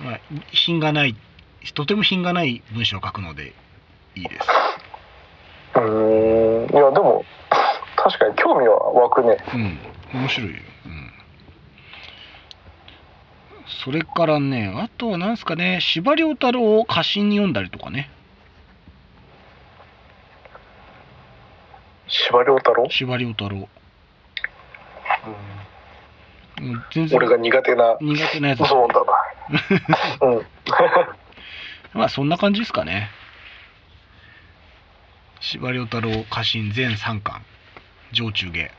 [SPEAKER 2] まあ、品がない、とても品がない文章を書くのでいいです。
[SPEAKER 3] うーんいやでも確かに興味は湧くね
[SPEAKER 2] うん、面白いよ。うん。それからね、あとは何ですかね、司馬遼太郎を過信に読んだりとかね。
[SPEAKER 3] 司馬遼太郎、
[SPEAKER 2] 司馬遼太郎。うん全然
[SPEAKER 3] 俺が苦手な
[SPEAKER 2] 苦手なやつ
[SPEAKER 3] ゾーンだなうん。
[SPEAKER 2] まあそんな感じですかね司馬遼太郎家臣全3巻上中下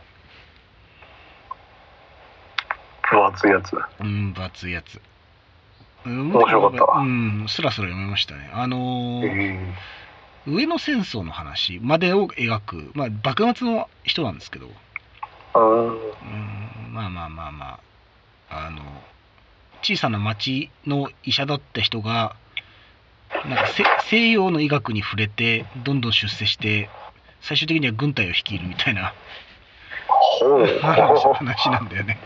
[SPEAKER 3] 分厚いやつ。
[SPEAKER 2] うん分厚いやつ面
[SPEAKER 3] 面白かったわ
[SPEAKER 2] うんスラスラ読めましたねあのー
[SPEAKER 3] ええ
[SPEAKER 2] 上野戦争の話までを描く、まあ、幕末の人なんですけど、う
[SPEAKER 3] うん。
[SPEAKER 2] ん、まあまあまあまああの小さな町の医者だった人がなんかせ西洋の医学に触れてどんどん出世して最終的には軍隊を率いるみたいな
[SPEAKER 3] ほう。
[SPEAKER 2] 話話なんだよね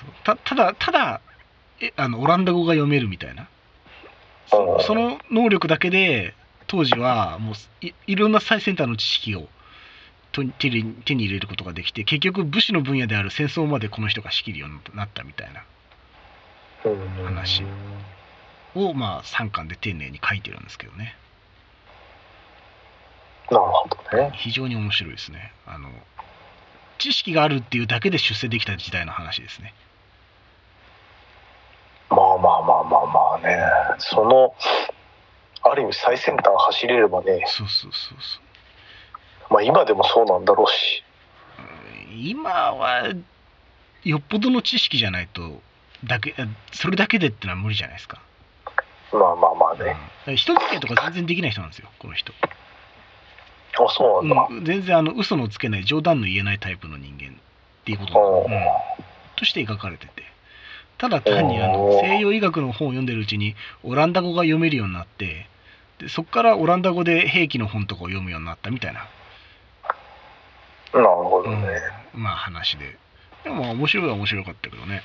[SPEAKER 2] そうたただただえあのオランダ語が読めるみたいなそ
[SPEAKER 3] うん
[SPEAKER 2] その能力だけで当時はもういいろんな最先端の知識をと手に手に入れることができて結局武士の分野である戦争までこの人が仕切るようになったみたいな話をまあ3巻で丁寧に書いてるんですけどね
[SPEAKER 3] なるほどね。
[SPEAKER 2] 非常に面白いですねあの知識があるっていうだけで出世できた時代の話ですね
[SPEAKER 3] まあまあまあまあまあね。その、ある意味最先端走れればね、
[SPEAKER 2] そうそうそうそう
[SPEAKER 3] まあ今でもそうなんだろうし。
[SPEAKER 2] 今はよっぽどの知識じゃないとだけそれだけでってのは無理じゃないですか
[SPEAKER 3] まあまあまあ
[SPEAKER 2] うんだ
[SPEAKER 3] ね。
[SPEAKER 2] から人付き合いとか全然できない人なんですよこの人、
[SPEAKER 3] あ、そうなんだ。
[SPEAKER 2] うん、全然あの嘘のつけない冗談の言えないタイプの人間っていうこと
[SPEAKER 3] うん
[SPEAKER 2] が、うんとして描かれててただ単にあの
[SPEAKER 3] おー
[SPEAKER 2] 西洋医学の本を読んでるうちにオランダ語が読めるようになってでそこからオランダ語で兵器の本とかを読むようになったみたいな
[SPEAKER 3] なるほどね。
[SPEAKER 2] うん、まあ話で。でもまあ面白いは面白かったけどね。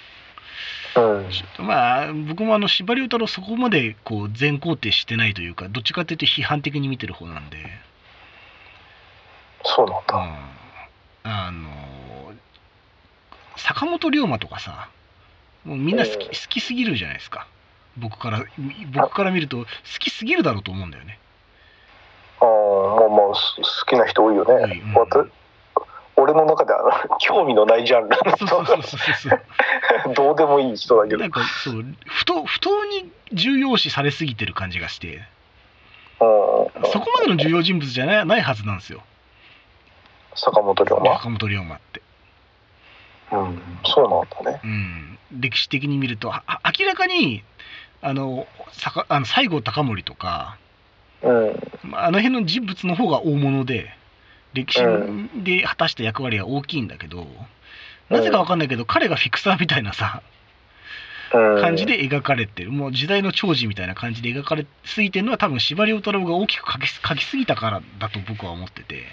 [SPEAKER 3] うん。
[SPEAKER 2] ちょっとまあ僕もあの司馬遼太郎そこまでこう全肯定してないというかどっちかというと批判的に見てる方なんで、
[SPEAKER 3] そうなん
[SPEAKER 2] うん
[SPEAKER 3] だ。
[SPEAKER 2] あの坂本龍馬とかさもうみんな好き
[SPEAKER 3] うん
[SPEAKER 2] 好きすぎるじゃないですか僕から僕から見ると好きすぎるだろうと思うんだよ ね。
[SPEAKER 3] ああ、まあまあ、す好きな人多いよ
[SPEAKER 2] 多い
[SPEAKER 3] ね
[SPEAKER 2] うん。
[SPEAKER 3] わた俺の中では興味のないジャンル
[SPEAKER 2] そうそうそうそうそう。
[SPEAKER 3] どうでもいい人だけど
[SPEAKER 2] な。んかそう不当不当に重要視されすぎてる感じがして。
[SPEAKER 3] うん、
[SPEAKER 2] そこまでの重要人物じゃないないはずなんですよ、
[SPEAKER 3] 坂本龍馬、
[SPEAKER 2] 坂本龍馬って。
[SPEAKER 3] うん、そうなんだね。
[SPEAKER 2] うん、歴史的に見ると、ああ明らかにあの坂あの西郷隆盛とか、
[SPEAKER 3] うん、
[SPEAKER 2] まああの辺の人物の方が大物で、歴史
[SPEAKER 3] う
[SPEAKER 2] で果たした役割は大きいんだけど、なぜかわかんないけど、彼がフィクサーみたいなさ、
[SPEAKER 3] うん、
[SPEAKER 2] 感じで描かれてる、もう時代の寵児みたいな感じで描かれすぎてるのは、多分司馬遼太郎が大きく描きす描きすぎたからだと僕は思ってて。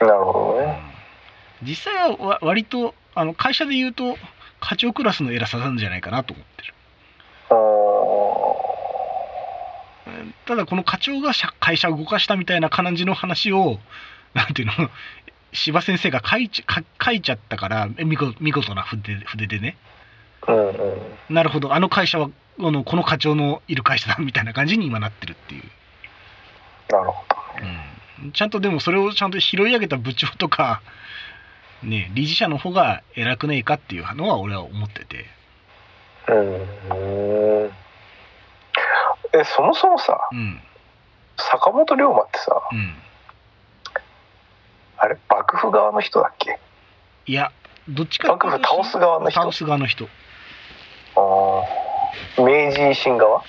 [SPEAKER 3] なるほどね。
[SPEAKER 2] 実際はわ割とあの会社で言うと課長クラスの偉さなんじゃないかなと思ってる
[SPEAKER 3] あ
[SPEAKER 2] うんただこの課長が社会社を動かしたみたいな感じの話をなんていうの司馬先生が書いち書書いちゃったからえ見こ見事な筆筆でね
[SPEAKER 3] ーうんうん、
[SPEAKER 2] なるほどあの会社はあのこの課長のいる会社だみたいな感じに今なってるっていう、
[SPEAKER 3] なるほ
[SPEAKER 2] うん、ちゃんとでもそれをちゃんと拾い上げた部長とか、ね、理事者の方が偉くねえかっていうのは俺は思ってて。
[SPEAKER 3] ど。うん、うんえ、そもそもさ、
[SPEAKER 2] うん
[SPEAKER 3] 坂本龍馬ってさ、
[SPEAKER 2] うん、
[SPEAKER 3] あれ、幕府側の人だっけ
[SPEAKER 2] いやどっちか
[SPEAKER 3] 幕府倒す側の人
[SPEAKER 2] 倒す側の人
[SPEAKER 3] あー明治維新側あ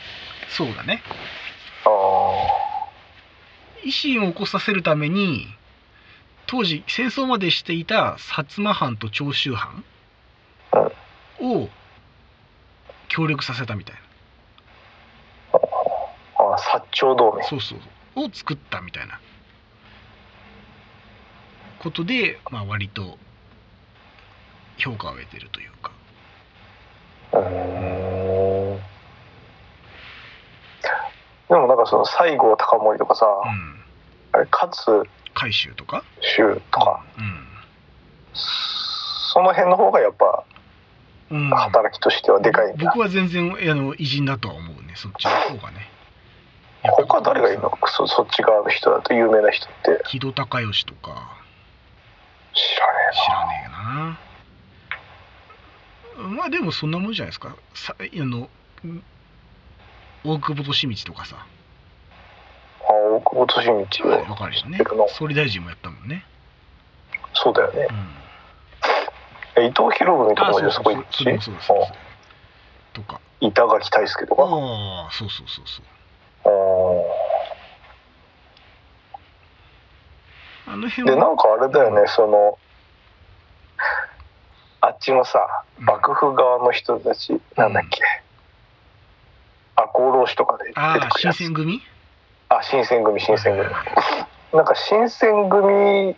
[SPEAKER 2] そうだね
[SPEAKER 3] あ
[SPEAKER 2] 維新を起こさせるために当時戦争までしていた薩摩藩と長州藩を協力させたみたい
[SPEAKER 3] あー、薩長同盟
[SPEAKER 2] な。そうそうを作ったみたいなことで、まあ、割と評価を得てるというか
[SPEAKER 3] うーんでもなんかその西郷隆盛とかさ、
[SPEAKER 2] うん
[SPEAKER 3] あれ勝
[SPEAKER 2] 改修とか、
[SPEAKER 3] 州とか、
[SPEAKER 2] う
[SPEAKER 3] その辺の方がやっぱ
[SPEAKER 2] んうん、
[SPEAKER 3] 働きとしてはでかいんだ。
[SPEAKER 2] 僕は全然あの偉人だとは思うねそっちの方がね
[SPEAKER 3] 他誰がいるのそそっち側の人だと有名な人って
[SPEAKER 2] 木戸孝允とか
[SPEAKER 3] 知らね
[SPEAKER 2] 知らねえなまあでもそんなもんじゃないですかさあの大久保利通とかさ、
[SPEAKER 3] あ大久保利通
[SPEAKER 2] わ、
[SPEAKER 3] は
[SPEAKER 2] かる人ね
[SPEAKER 3] 知ってるな
[SPEAKER 2] 総理大臣もやったもんね、
[SPEAKER 3] そうだよね
[SPEAKER 2] うん、
[SPEAKER 3] え伊藤博文とか
[SPEAKER 2] あ
[SPEAKER 3] も
[SPEAKER 2] そう
[SPEAKER 3] ね
[SPEAKER 2] そ
[SPEAKER 3] そうこ行
[SPEAKER 2] そ
[SPEAKER 3] く
[SPEAKER 2] そ
[SPEAKER 3] し
[SPEAKER 2] れもそうだそうだ
[SPEAKER 3] あ
[SPEAKER 2] とか
[SPEAKER 3] 板垣大輔とか
[SPEAKER 2] ああそうそうそうそう
[SPEAKER 3] あ
[SPEAKER 2] あの
[SPEAKER 3] ー
[SPEAKER 2] 辺
[SPEAKER 3] で
[SPEAKER 2] は
[SPEAKER 3] なんかあれだよねそのあっちのさ
[SPEAKER 2] うん
[SPEAKER 3] 幕府側の人たち、なんだっけ赤穂浪士とかで
[SPEAKER 2] あ
[SPEAKER 3] 出て
[SPEAKER 2] あ
[SPEAKER 3] くる
[SPEAKER 2] 新
[SPEAKER 3] やつ
[SPEAKER 2] 選組
[SPEAKER 3] あ新選組新選組なんか新選組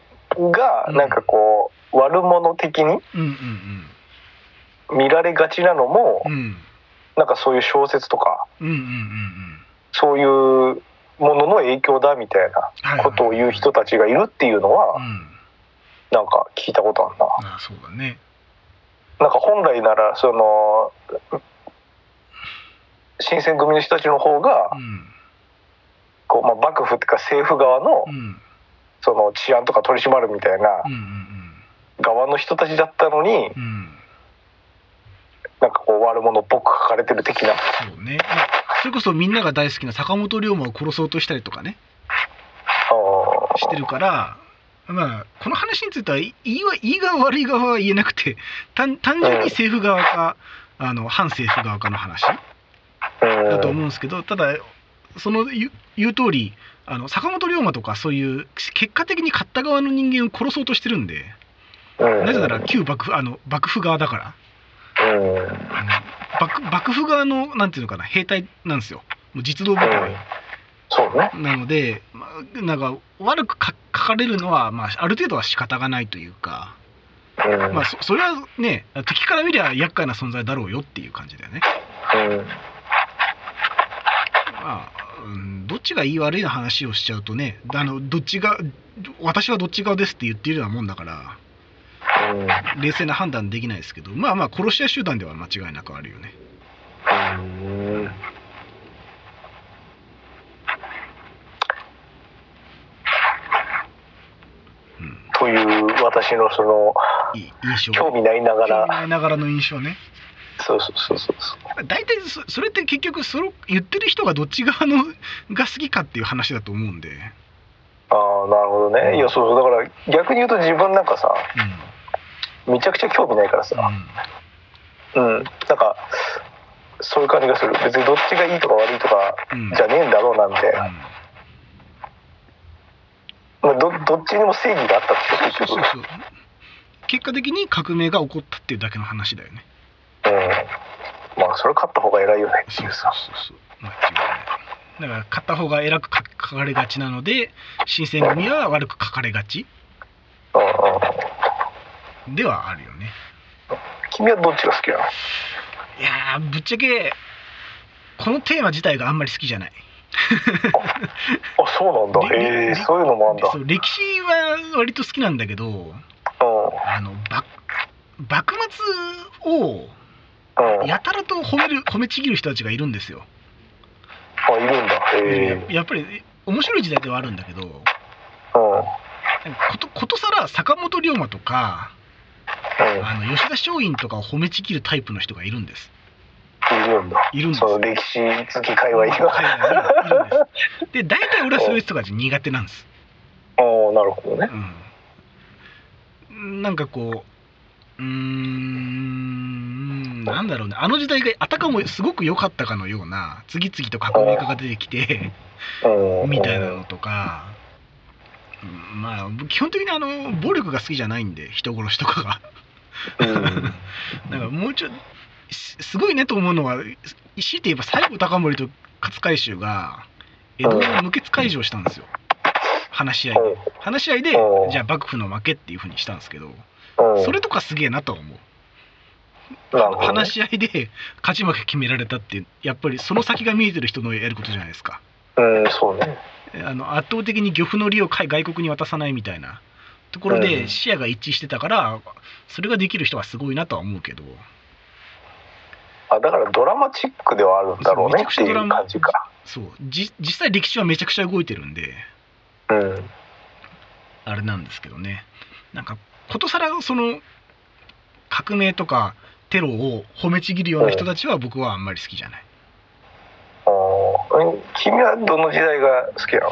[SPEAKER 3] が
[SPEAKER 2] うん
[SPEAKER 3] なんかこう、悪者的に
[SPEAKER 2] うんうん
[SPEAKER 3] 見られがちなのも、
[SPEAKER 2] うんうん
[SPEAKER 3] なんかそういう小説とか
[SPEAKER 2] うんうんうんうん
[SPEAKER 3] そういうものの影響だみたいな
[SPEAKER 2] はいはい
[SPEAKER 3] ことを言う人たちがいるっていうのは、
[SPEAKER 2] うん
[SPEAKER 3] なんか聞いたことあるな。
[SPEAKER 2] ああそうだね
[SPEAKER 3] なんか本来ならその新選組の人たちの方が
[SPEAKER 2] うん
[SPEAKER 3] こう、まあ、幕府っていうか政府側の
[SPEAKER 2] うん
[SPEAKER 3] その治安とか取り締まるみたいな
[SPEAKER 2] うんうん
[SPEAKER 3] 側の人たちだったのに
[SPEAKER 2] うんうん
[SPEAKER 3] なんかこう悪者っぽく書かれてる的な
[SPEAKER 2] そうねそれこそみんなが大好きな坂本龍馬を殺そうとしたりとかね
[SPEAKER 3] あ
[SPEAKER 2] してるからまあこの話についてはいいいは言いが悪い側は言えなくて単単純に政府側かあの反政府側かの話
[SPEAKER 3] ー
[SPEAKER 2] だと
[SPEAKER 3] うん
[SPEAKER 2] 思うんですけどただその言う言う通りあの坂本龍馬とかそういう結果的に買った側の人間を殺そうとしてるんで
[SPEAKER 3] うん
[SPEAKER 2] なぜなら旧幕府あの幕府側だから
[SPEAKER 3] うんうん
[SPEAKER 2] あの幕幕府側のなんていうのかな兵隊なんですよもう実動部隊
[SPEAKER 3] そうね
[SPEAKER 2] なので、まあなんか悪くか書かれるのは、まあ、ある程度は仕方がないというか、
[SPEAKER 3] うん
[SPEAKER 2] まあ、そそれはね敵から見りゃ厄介な存在だろうよっていう感じだよね。
[SPEAKER 3] うん
[SPEAKER 2] まあ、うんどっちがいい悪いの話をしちゃうとねあのどっちが私はどっち側ですって言っているようなもんだから
[SPEAKER 3] うん
[SPEAKER 2] 冷静な判断できないですけどまあまあ殺し屋集団では間違いなくあるよね
[SPEAKER 3] うんという私のその
[SPEAKER 2] いい印象
[SPEAKER 3] 興味ないなが
[SPEAKER 2] 興味
[SPEAKER 3] ら
[SPEAKER 2] ないながらの印象ね
[SPEAKER 3] そうそうそうそうそう
[SPEAKER 2] 大体そそれって結局その言ってる人がどっち側のが好きかっていう話だと思うんで、
[SPEAKER 3] ああなるほどねいやそうそうだから逆に言うと自分なんかさめちゃくちゃ興味ないか
[SPEAKER 2] う
[SPEAKER 3] ら
[SPEAKER 2] んう
[SPEAKER 3] さ
[SPEAKER 2] ん
[SPEAKER 3] うんなんかそういう感じがする別にどっちがいいとか悪いとか
[SPEAKER 2] うん
[SPEAKER 3] じゃねえんだろうなんて、まあ、どどっちにも正義があったって
[SPEAKER 2] そうそ
[SPEAKER 3] 結
[SPEAKER 2] う
[SPEAKER 3] 局
[SPEAKER 2] そう結果的に革命が起こったっていうだけの話だよね
[SPEAKER 3] うんまあそれ勝った方が偉いよねって
[SPEAKER 2] そ
[SPEAKER 3] いうう
[SPEAKER 2] そ
[SPEAKER 3] さ
[SPEAKER 2] うそうそう間違いないだから片方が偉くか書かれがちなので新選組は悪く書かれがち
[SPEAKER 3] うんうん
[SPEAKER 2] ではあるよね
[SPEAKER 3] 君はどっちが好きなの
[SPEAKER 2] いやーぶっちゃけこのテーマ自体があんまり好きじゃない
[SPEAKER 3] あそうなんだ
[SPEAKER 2] り
[SPEAKER 3] ええ
[SPEAKER 2] り
[SPEAKER 3] そういうのもあんだ
[SPEAKER 2] そう歴史は割と好きなんだけど
[SPEAKER 3] う
[SPEAKER 2] あのば幕末を
[SPEAKER 3] んうん
[SPEAKER 2] やたらと褒める褒めちぎる人たちがいるんですよ、
[SPEAKER 3] あいるんだええ
[SPEAKER 2] やっぱり面白い時代ではあるんだけどなん
[SPEAKER 3] うんうん
[SPEAKER 2] かことことさら坂本龍馬とかあの吉田松陰とかを褒めちぎるタイプの人がいるんです。
[SPEAKER 3] いるんだ
[SPEAKER 2] いるんです
[SPEAKER 3] そ。の歴史好き界隈には
[SPEAKER 2] はいいるんです。で大体俺はそういう人たち苦手なんです。
[SPEAKER 3] ああなるほどね
[SPEAKER 2] うん、なんかこううーんなんだろうねあの時代があたかもすごく良かったかのような次々と革命家が出てきて
[SPEAKER 3] うん
[SPEAKER 2] みたいなのとか。うんまあ基本的にあの暴力が好きじゃないんで人殺しとかが
[SPEAKER 3] うん
[SPEAKER 2] だからもうちょいすすごいねと思うのはし強いて言えば西郷隆盛と勝海舟が江戸の無血開城したんですよ話し合いで話し合いで
[SPEAKER 3] うん
[SPEAKER 2] じゃあ幕府の負けっていうふうにしたんですけど
[SPEAKER 3] うん
[SPEAKER 2] それとかすげえなとは思う
[SPEAKER 3] なるほどね
[SPEAKER 2] 話し合いで勝ち負け決められたってやっぱりその先が見えてる人のやることじゃないですか
[SPEAKER 3] うんそうね
[SPEAKER 2] あの圧倒的に漁夫の利を海外国に渡さないみたいなところ
[SPEAKER 3] う
[SPEAKER 2] で
[SPEAKER 3] ん
[SPEAKER 2] 視野が一致してたからそれができる人はすごいなとは思うけど
[SPEAKER 3] あだからドラマチックではあるんだろうねっていう感じか
[SPEAKER 2] そうじ実際歴史はめちゃくちゃ動いてるんで
[SPEAKER 3] うん
[SPEAKER 2] あれなんですけどねなんかことさらその革命とかテロを褒めちぎるような人たちは僕はあんまり好きじゃない、
[SPEAKER 3] うん君はどの時代が好きなの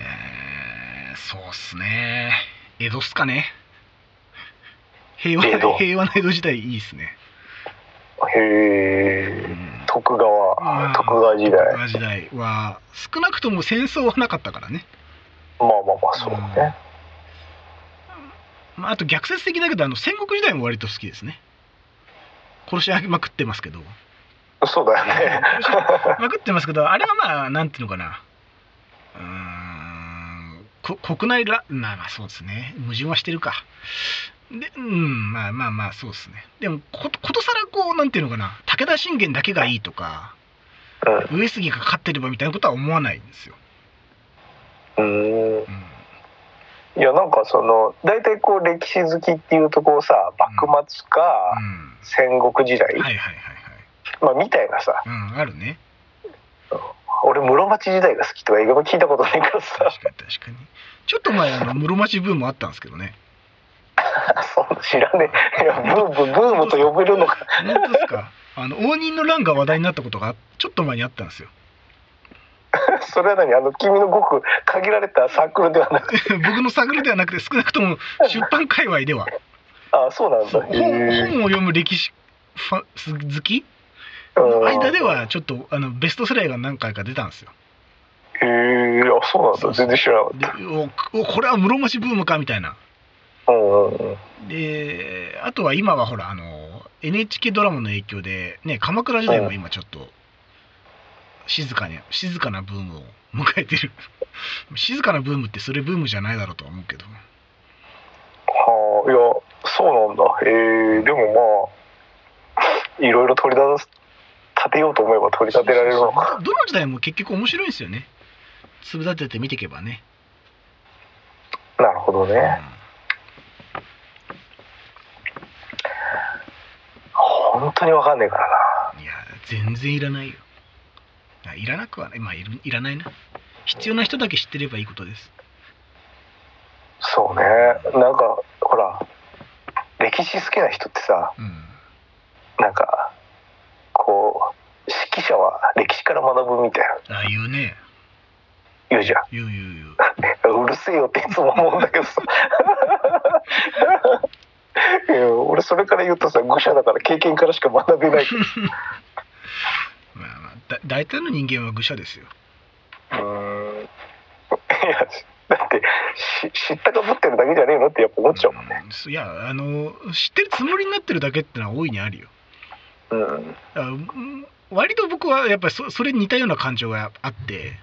[SPEAKER 2] えーそうっすね江戸っすかね平和
[SPEAKER 3] 江戸
[SPEAKER 2] 平和な江戸時代いいっすね、
[SPEAKER 3] へ
[SPEAKER 2] う
[SPEAKER 3] え
[SPEAKER 2] ん
[SPEAKER 3] 徳川徳川時代
[SPEAKER 2] 徳川時代は少なくとも戦争はなかったからね、
[SPEAKER 3] まあまあまあそうね
[SPEAKER 2] まあ、あと逆説的だけどあの戦国時代も割と好きですね殺し合いまくってますけど
[SPEAKER 3] そうだよね
[SPEAKER 2] 殺し合いまくってますけどあれはまあなんていうのかなうーんこ国内らまあまあそうですね矛盾はしてるかでうんまあまあまあそうですねでもことことさらこうなんていうのかな武田信玄だけがいいとか
[SPEAKER 3] うん
[SPEAKER 2] 上杉が勝ってればみたいなことは思わないんですよ、
[SPEAKER 3] うん
[SPEAKER 2] うん
[SPEAKER 3] いやなんかその大体こう歴史好きっていうとこうさ幕末か
[SPEAKER 2] う
[SPEAKER 3] 戦国時代、
[SPEAKER 2] ん、はいはいはいはい、
[SPEAKER 3] まあみたいなさ
[SPEAKER 2] うん、あるね
[SPEAKER 3] 俺室町時代が好きとか映画も聞いたことないからさ
[SPEAKER 2] 確かに確かにちょっと前あの室町ブームあったんですけどね
[SPEAKER 3] そんな知らねえいやブームブームと呼べる のか
[SPEAKER 2] 本当ですかあの応仁の乱が話題になったことがちょっと前にあったんですよ
[SPEAKER 3] それは何あの君のごく限られたサークルではなくて
[SPEAKER 2] 僕の探りではなくて少なくとも出版界隈では
[SPEAKER 3] あそうなん
[SPEAKER 2] そう
[SPEAKER 3] だ
[SPEAKER 2] 本
[SPEAKER 3] へえ
[SPEAKER 2] 本を読む歴史ファ好き
[SPEAKER 3] う
[SPEAKER 2] の
[SPEAKER 3] ん
[SPEAKER 2] 間ではちょっとあのベストセラーが何回か出たんですよ
[SPEAKER 3] へえあそうなんだ全然知らなかっ
[SPEAKER 2] でおおこれは室町ブームかみたいな
[SPEAKER 3] たうんうんうん
[SPEAKER 2] であとは今はほらあの NHK ドラマの影響で、ね、鎌倉時代も今ちょっと静かに静かなブームを迎えてる 静かなブームってそれブームじゃないだろうとは思うけど
[SPEAKER 3] はあいやそうなんだへえでもまあいろいろ取り立てようと思えば取り立てられるのか
[SPEAKER 2] そうそうそうどの時代も結局面白いんですよね粒立てて見ていけばね、
[SPEAKER 3] なるほど
[SPEAKER 2] うん
[SPEAKER 3] ね本当にわかんねえからない
[SPEAKER 2] や全然いらないよあいらなくはないまあいるいらないな必要な人だけ知ってればいいことです
[SPEAKER 3] そうねなんかほら歴史好きな人ってさ
[SPEAKER 2] うん
[SPEAKER 3] なんかこう指揮者は歴史から学ぶみたいな
[SPEAKER 2] ああいうね
[SPEAKER 3] 言うじゃん
[SPEAKER 2] 言う言う言う
[SPEAKER 3] うるせえよっていつも思うんだけどさ いや俺それから言うとさ愚者だから経験からしか学べないけど
[SPEAKER 2] まあまあ、だ大体の人間は愚者ですよ。
[SPEAKER 3] うーん いやだってし知ったかぶってるだけじゃねえのってやっぱ思っちゃうもんね。
[SPEAKER 2] うんいやあの知ってるつもりになってるだけってのは大いにあるよ。
[SPEAKER 3] うん、
[SPEAKER 2] あうん割と僕はやっぱりそそれに似たような感情があって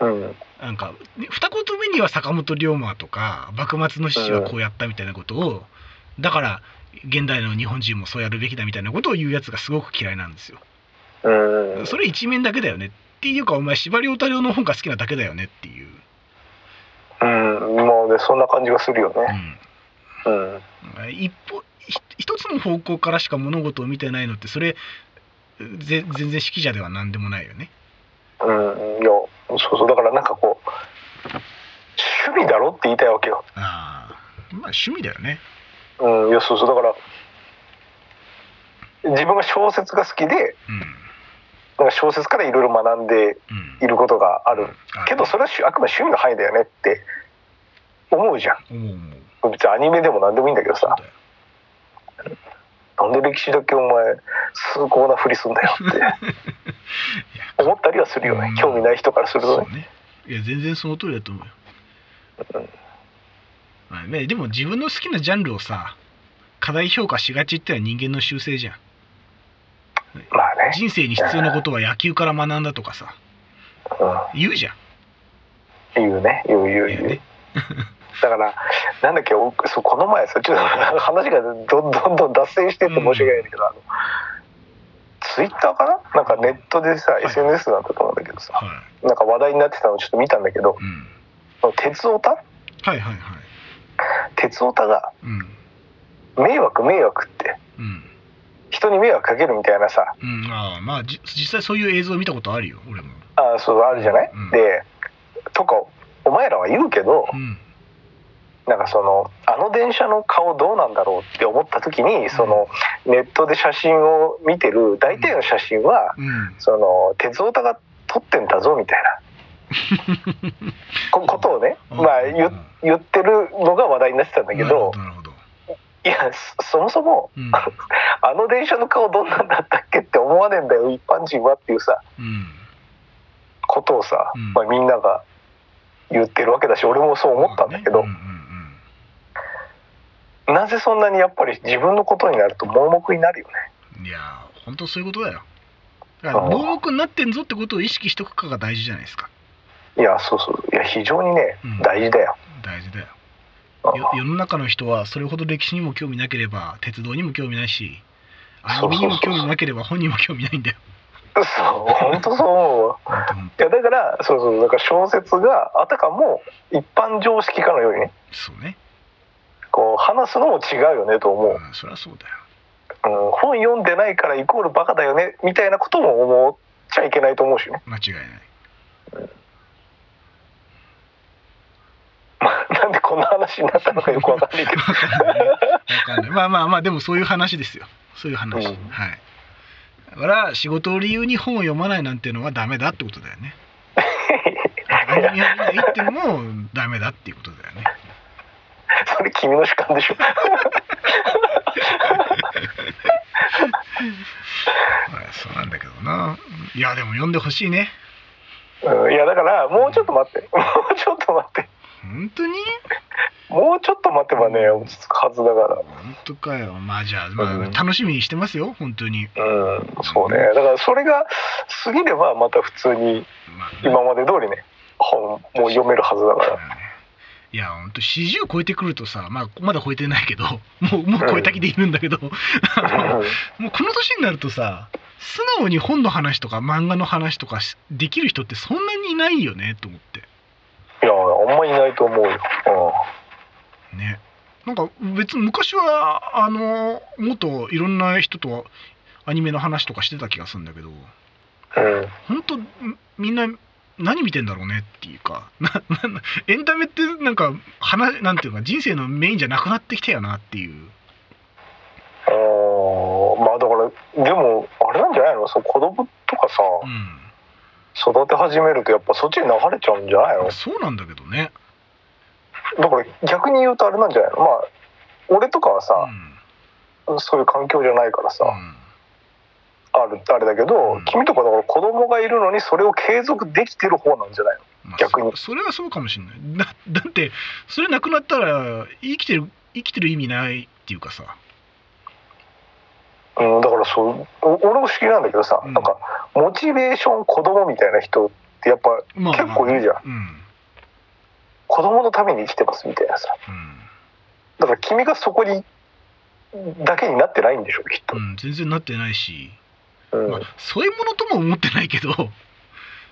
[SPEAKER 3] うん、
[SPEAKER 2] なんかね二言目には坂本龍馬とか幕末の志士はこうやったみたいなことをだから現代の日本人もそうやるべきだみたいなことを言うやつがすごく嫌いなんですよ。
[SPEAKER 3] うん、
[SPEAKER 2] それ一面だけだよねっていうかお前司馬遼太郎の本が好きなだけだよねっていう。
[SPEAKER 3] うん、もうね、そんな感じがするよ
[SPEAKER 2] う
[SPEAKER 3] ね。
[SPEAKER 2] ん
[SPEAKER 3] うん、
[SPEAKER 2] 一歩ひ一つの方向からしか物事を見てないのってそれぜ全然指揮者では何でもないよね。
[SPEAKER 3] うん、いや、そうそう、だから、なんかこう。趣味だろって言いたいわけよ。
[SPEAKER 2] ああまあ趣味だよね。
[SPEAKER 3] うん、いや、そうそう、だから。自分が小説が好きで、
[SPEAKER 2] うん
[SPEAKER 3] なんか小説からいろいろ学んで
[SPEAKER 2] うん
[SPEAKER 3] いることがある。けど、
[SPEAKER 2] れ
[SPEAKER 3] それはしあくまで趣味の範囲だよねって。思うじゃん。
[SPEAKER 2] 思う思う
[SPEAKER 3] 別にアニメでも何でもいいんだけど
[SPEAKER 2] そう
[SPEAKER 3] さ。
[SPEAKER 2] だよ
[SPEAKER 3] なんで歴史だけお前崇高なふりすんだよ って
[SPEAKER 2] いや
[SPEAKER 3] 思ったりはするよ
[SPEAKER 2] うん
[SPEAKER 3] ね興味ない人からする
[SPEAKER 2] そ
[SPEAKER 3] とね
[SPEAKER 2] うね。いや全然その通りだと思うよ。まあね、でも自分の好きなジャンルをさ過大評価しがちってのは人間の習性じゃん。
[SPEAKER 3] まあね、
[SPEAKER 2] 人生に必要なことは野球から学んだとかさ言うじゃん。
[SPEAKER 3] うん、言うね言う言う言
[SPEAKER 2] 言
[SPEAKER 3] う、
[SPEAKER 2] うね
[SPEAKER 3] だからなんだっけおそうこの前さちょっと話がどんどんどん脱線してって申し訳ないんだけど、あのツイッターかななんかネットでさ、
[SPEAKER 2] い
[SPEAKER 3] SNS なんだと思うんだけどさ
[SPEAKER 2] は
[SPEAKER 3] なんか話題になってたのちょっと見たんだけど
[SPEAKER 2] い。うん。
[SPEAKER 3] 鉄オタ
[SPEAKER 2] はいはいはい。
[SPEAKER 3] 鉄オタが
[SPEAKER 2] うん。
[SPEAKER 3] 迷惑迷惑って
[SPEAKER 2] うん。
[SPEAKER 3] 人に迷惑かけるみたいなさ
[SPEAKER 2] うん、ああまあじ実際そういう映像を見たことあるよ俺も
[SPEAKER 3] あそうあるじゃない、
[SPEAKER 2] うん
[SPEAKER 3] でとかお前らは言うけど、
[SPEAKER 2] うん
[SPEAKER 3] なんかそのあの電車の顔どうなんだろうって思った時にそのネットで写真を見てる大体の写真は、
[SPEAKER 2] うん
[SPEAKER 3] その鉄オタが取ってんだぞみたいなこ ことをね、
[SPEAKER 2] うん
[SPEAKER 3] まあ、言
[SPEAKER 2] うん
[SPEAKER 3] 言ってるのが話題になってたんだけ
[SPEAKER 2] なるほ
[SPEAKER 3] ど
[SPEAKER 2] なるほど、
[SPEAKER 3] いやそそもそも
[SPEAKER 2] うん
[SPEAKER 3] あの電車の顔どんなんだったっけって思わねえんだよ一般人はっていうさ
[SPEAKER 2] うん、
[SPEAKER 3] ことをさ、
[SPEAKER 2] うん
[SPEAKER 3] まあ、みんなが言ってるわけだし俺もそう 思ったんだけど、
[SPEAKER 2] うんうんうん
[SPEAKER 3] なぜそんなにやっぱり自分のことになると盲目になるよね
[SPEAKER 2] いやー、本当そういうことだよ。だから、盲目になってんぞってことを意識しとくかが大事じゃないですか。
[SPEAKER 3] いやそうそういや非常にね
[SPEAKER 2] うん
[SPEAKER 3] 大事だよ、
[SPEAKER 2] 大事だよ。
[SPEAKER 3] うん
[SPEAKER 2] よ世の中の人は、それほど歴史にも興味なければ、鉄道にも興味ないし、アニメにも興味なければ、本にも興味ないんだよ。
[SPEAKER 3] そう本当そう思うわ
[SPEAKER 2] 本当本
[SPEAKER 3] いやだからそうそうだから小説があたかも一般常識かのようにね
[SPEAKER 2] 当そうね。
[SPEAKER 3] こう話すのも違うよねと思
[SPEAKER 2] う
[SPEAKER 3] う、
[SPEAKER 2] ん、そりゃそうだよ。
[SPEAKER 3] うん、本読んでないからイコールバカだよねみたいなことも思っちゃいけないと思うしね
[SPEAKER 2] 間違いない。
[SPEAKER 3] なんでこんな話になったのかよくわかんな いけど
[SPEAKER 2] わかんないね。わかんない。まあまあまあ、でもそういう話ですよ。そういう話。
[SPEAKER 3] うん
[SPEAKER 2] はい。だから、仕事を理由に本を読まないなんてのはダメだってことだよね。アニメを見ないってのもダメだっていうことだよね。
[SPEAKER 3] それ君の主観でしょ
[SPEAKER 2] はいそうなんだけどな。いや、でも読んでほしいね。
[SPEAKER 3] うんいやだからもうちょっと待ってもうちょっと待って
[SPEAKER 2] 本当に
[SPEAKER 3] もうちょっと待てばね落ち着くはずだか
[SPEAKER 2] 本当かよ。まあじゃあ、まあ
[SPEAKER 3] うん
[SPEAKER 2] 楽しみにしてますよ、本当に。
[SPEAKER 3] らうんそうねだからそれが過ぎればまた普通に
[SPEAKER 2] まあね
[SPEAKER 3] 今まで通りね本もう読めるはずだから
[SPEAKER 2] いや、本当40超えてくるとさ、まあ、まだ超えてないけど、もう、もう超えた気でいるんだけど、 あのもうこの年になるとさ、素直に本の話とか漫画の話とかしできる人ってそんなにいないよね、と思って。
[SPEAKER 3] いやあんまいないと思うよ、
[SPEAKER 2] ねなんか別に昔はあのもっといろんな人とアニメの話とかしてた気がするんだけど
[SPEAKER 3] うんうん、
[SPEAKER 2] 本当みんな何見てんだろうねっていうかななエンタメってなんか話なんていうか人生のメインじゃなくなってきたよなっていう
[SPEAKER 3] あーまあだからでもあれなんじゃないのそう子供とかさ
[SPEAKER 2] う
[SPEAKER 3] 育て始めるとやっぱそっちに流れちゃうんじゃないの
[SPEAKER 2] んそうなんだけどね
[SPEAKER 3] だから逆に言うとあれなんじゃないのまあ俺とかは
[SPEAKER 2] う
[SPEAKER 3] さ、
[SPEAKER 2] ん
[SPEAKER 3] そういう環境じゃないからさ、
[SPEAKER 2] うん
[SPEAKER 3] あるあれだけど、
[SPEAKER 2] うん
[SPEAKER 3] 君とかだから子供がいるのにそれを継続できてる方なんじゃないの
[SPEAKER 2] まあ
[SPEAKER 3] 逆に
[SPEAKER 2] そそれはそうかもしれない だだってそれなくなったら生きてる生きてる意味ないっていうかさ
[SPEAKER 3] うん、だからそうお俺も不思議なんだけどさ、
[SPEAKER 2] うん
[SPEAKER 3] なんかモチベーション子供みたいな人ってやっぱ
[SPEAKER 2] まあ
[SPEAKER 3] 結構いるじゃん、
[SPEAKER 2] うん
[SPEAKER 3] 子供のために生きてますみたいなさ
[SPEAKER 2] うん
[SPEAKER 3] だから君がそこにだけになってないんでしょきっと、
[SPEAKER 2] うん、全然なってないし、
[SPEAKER 3] うん
[SPEAKER 2] まあ、そういうものとも思ってないけど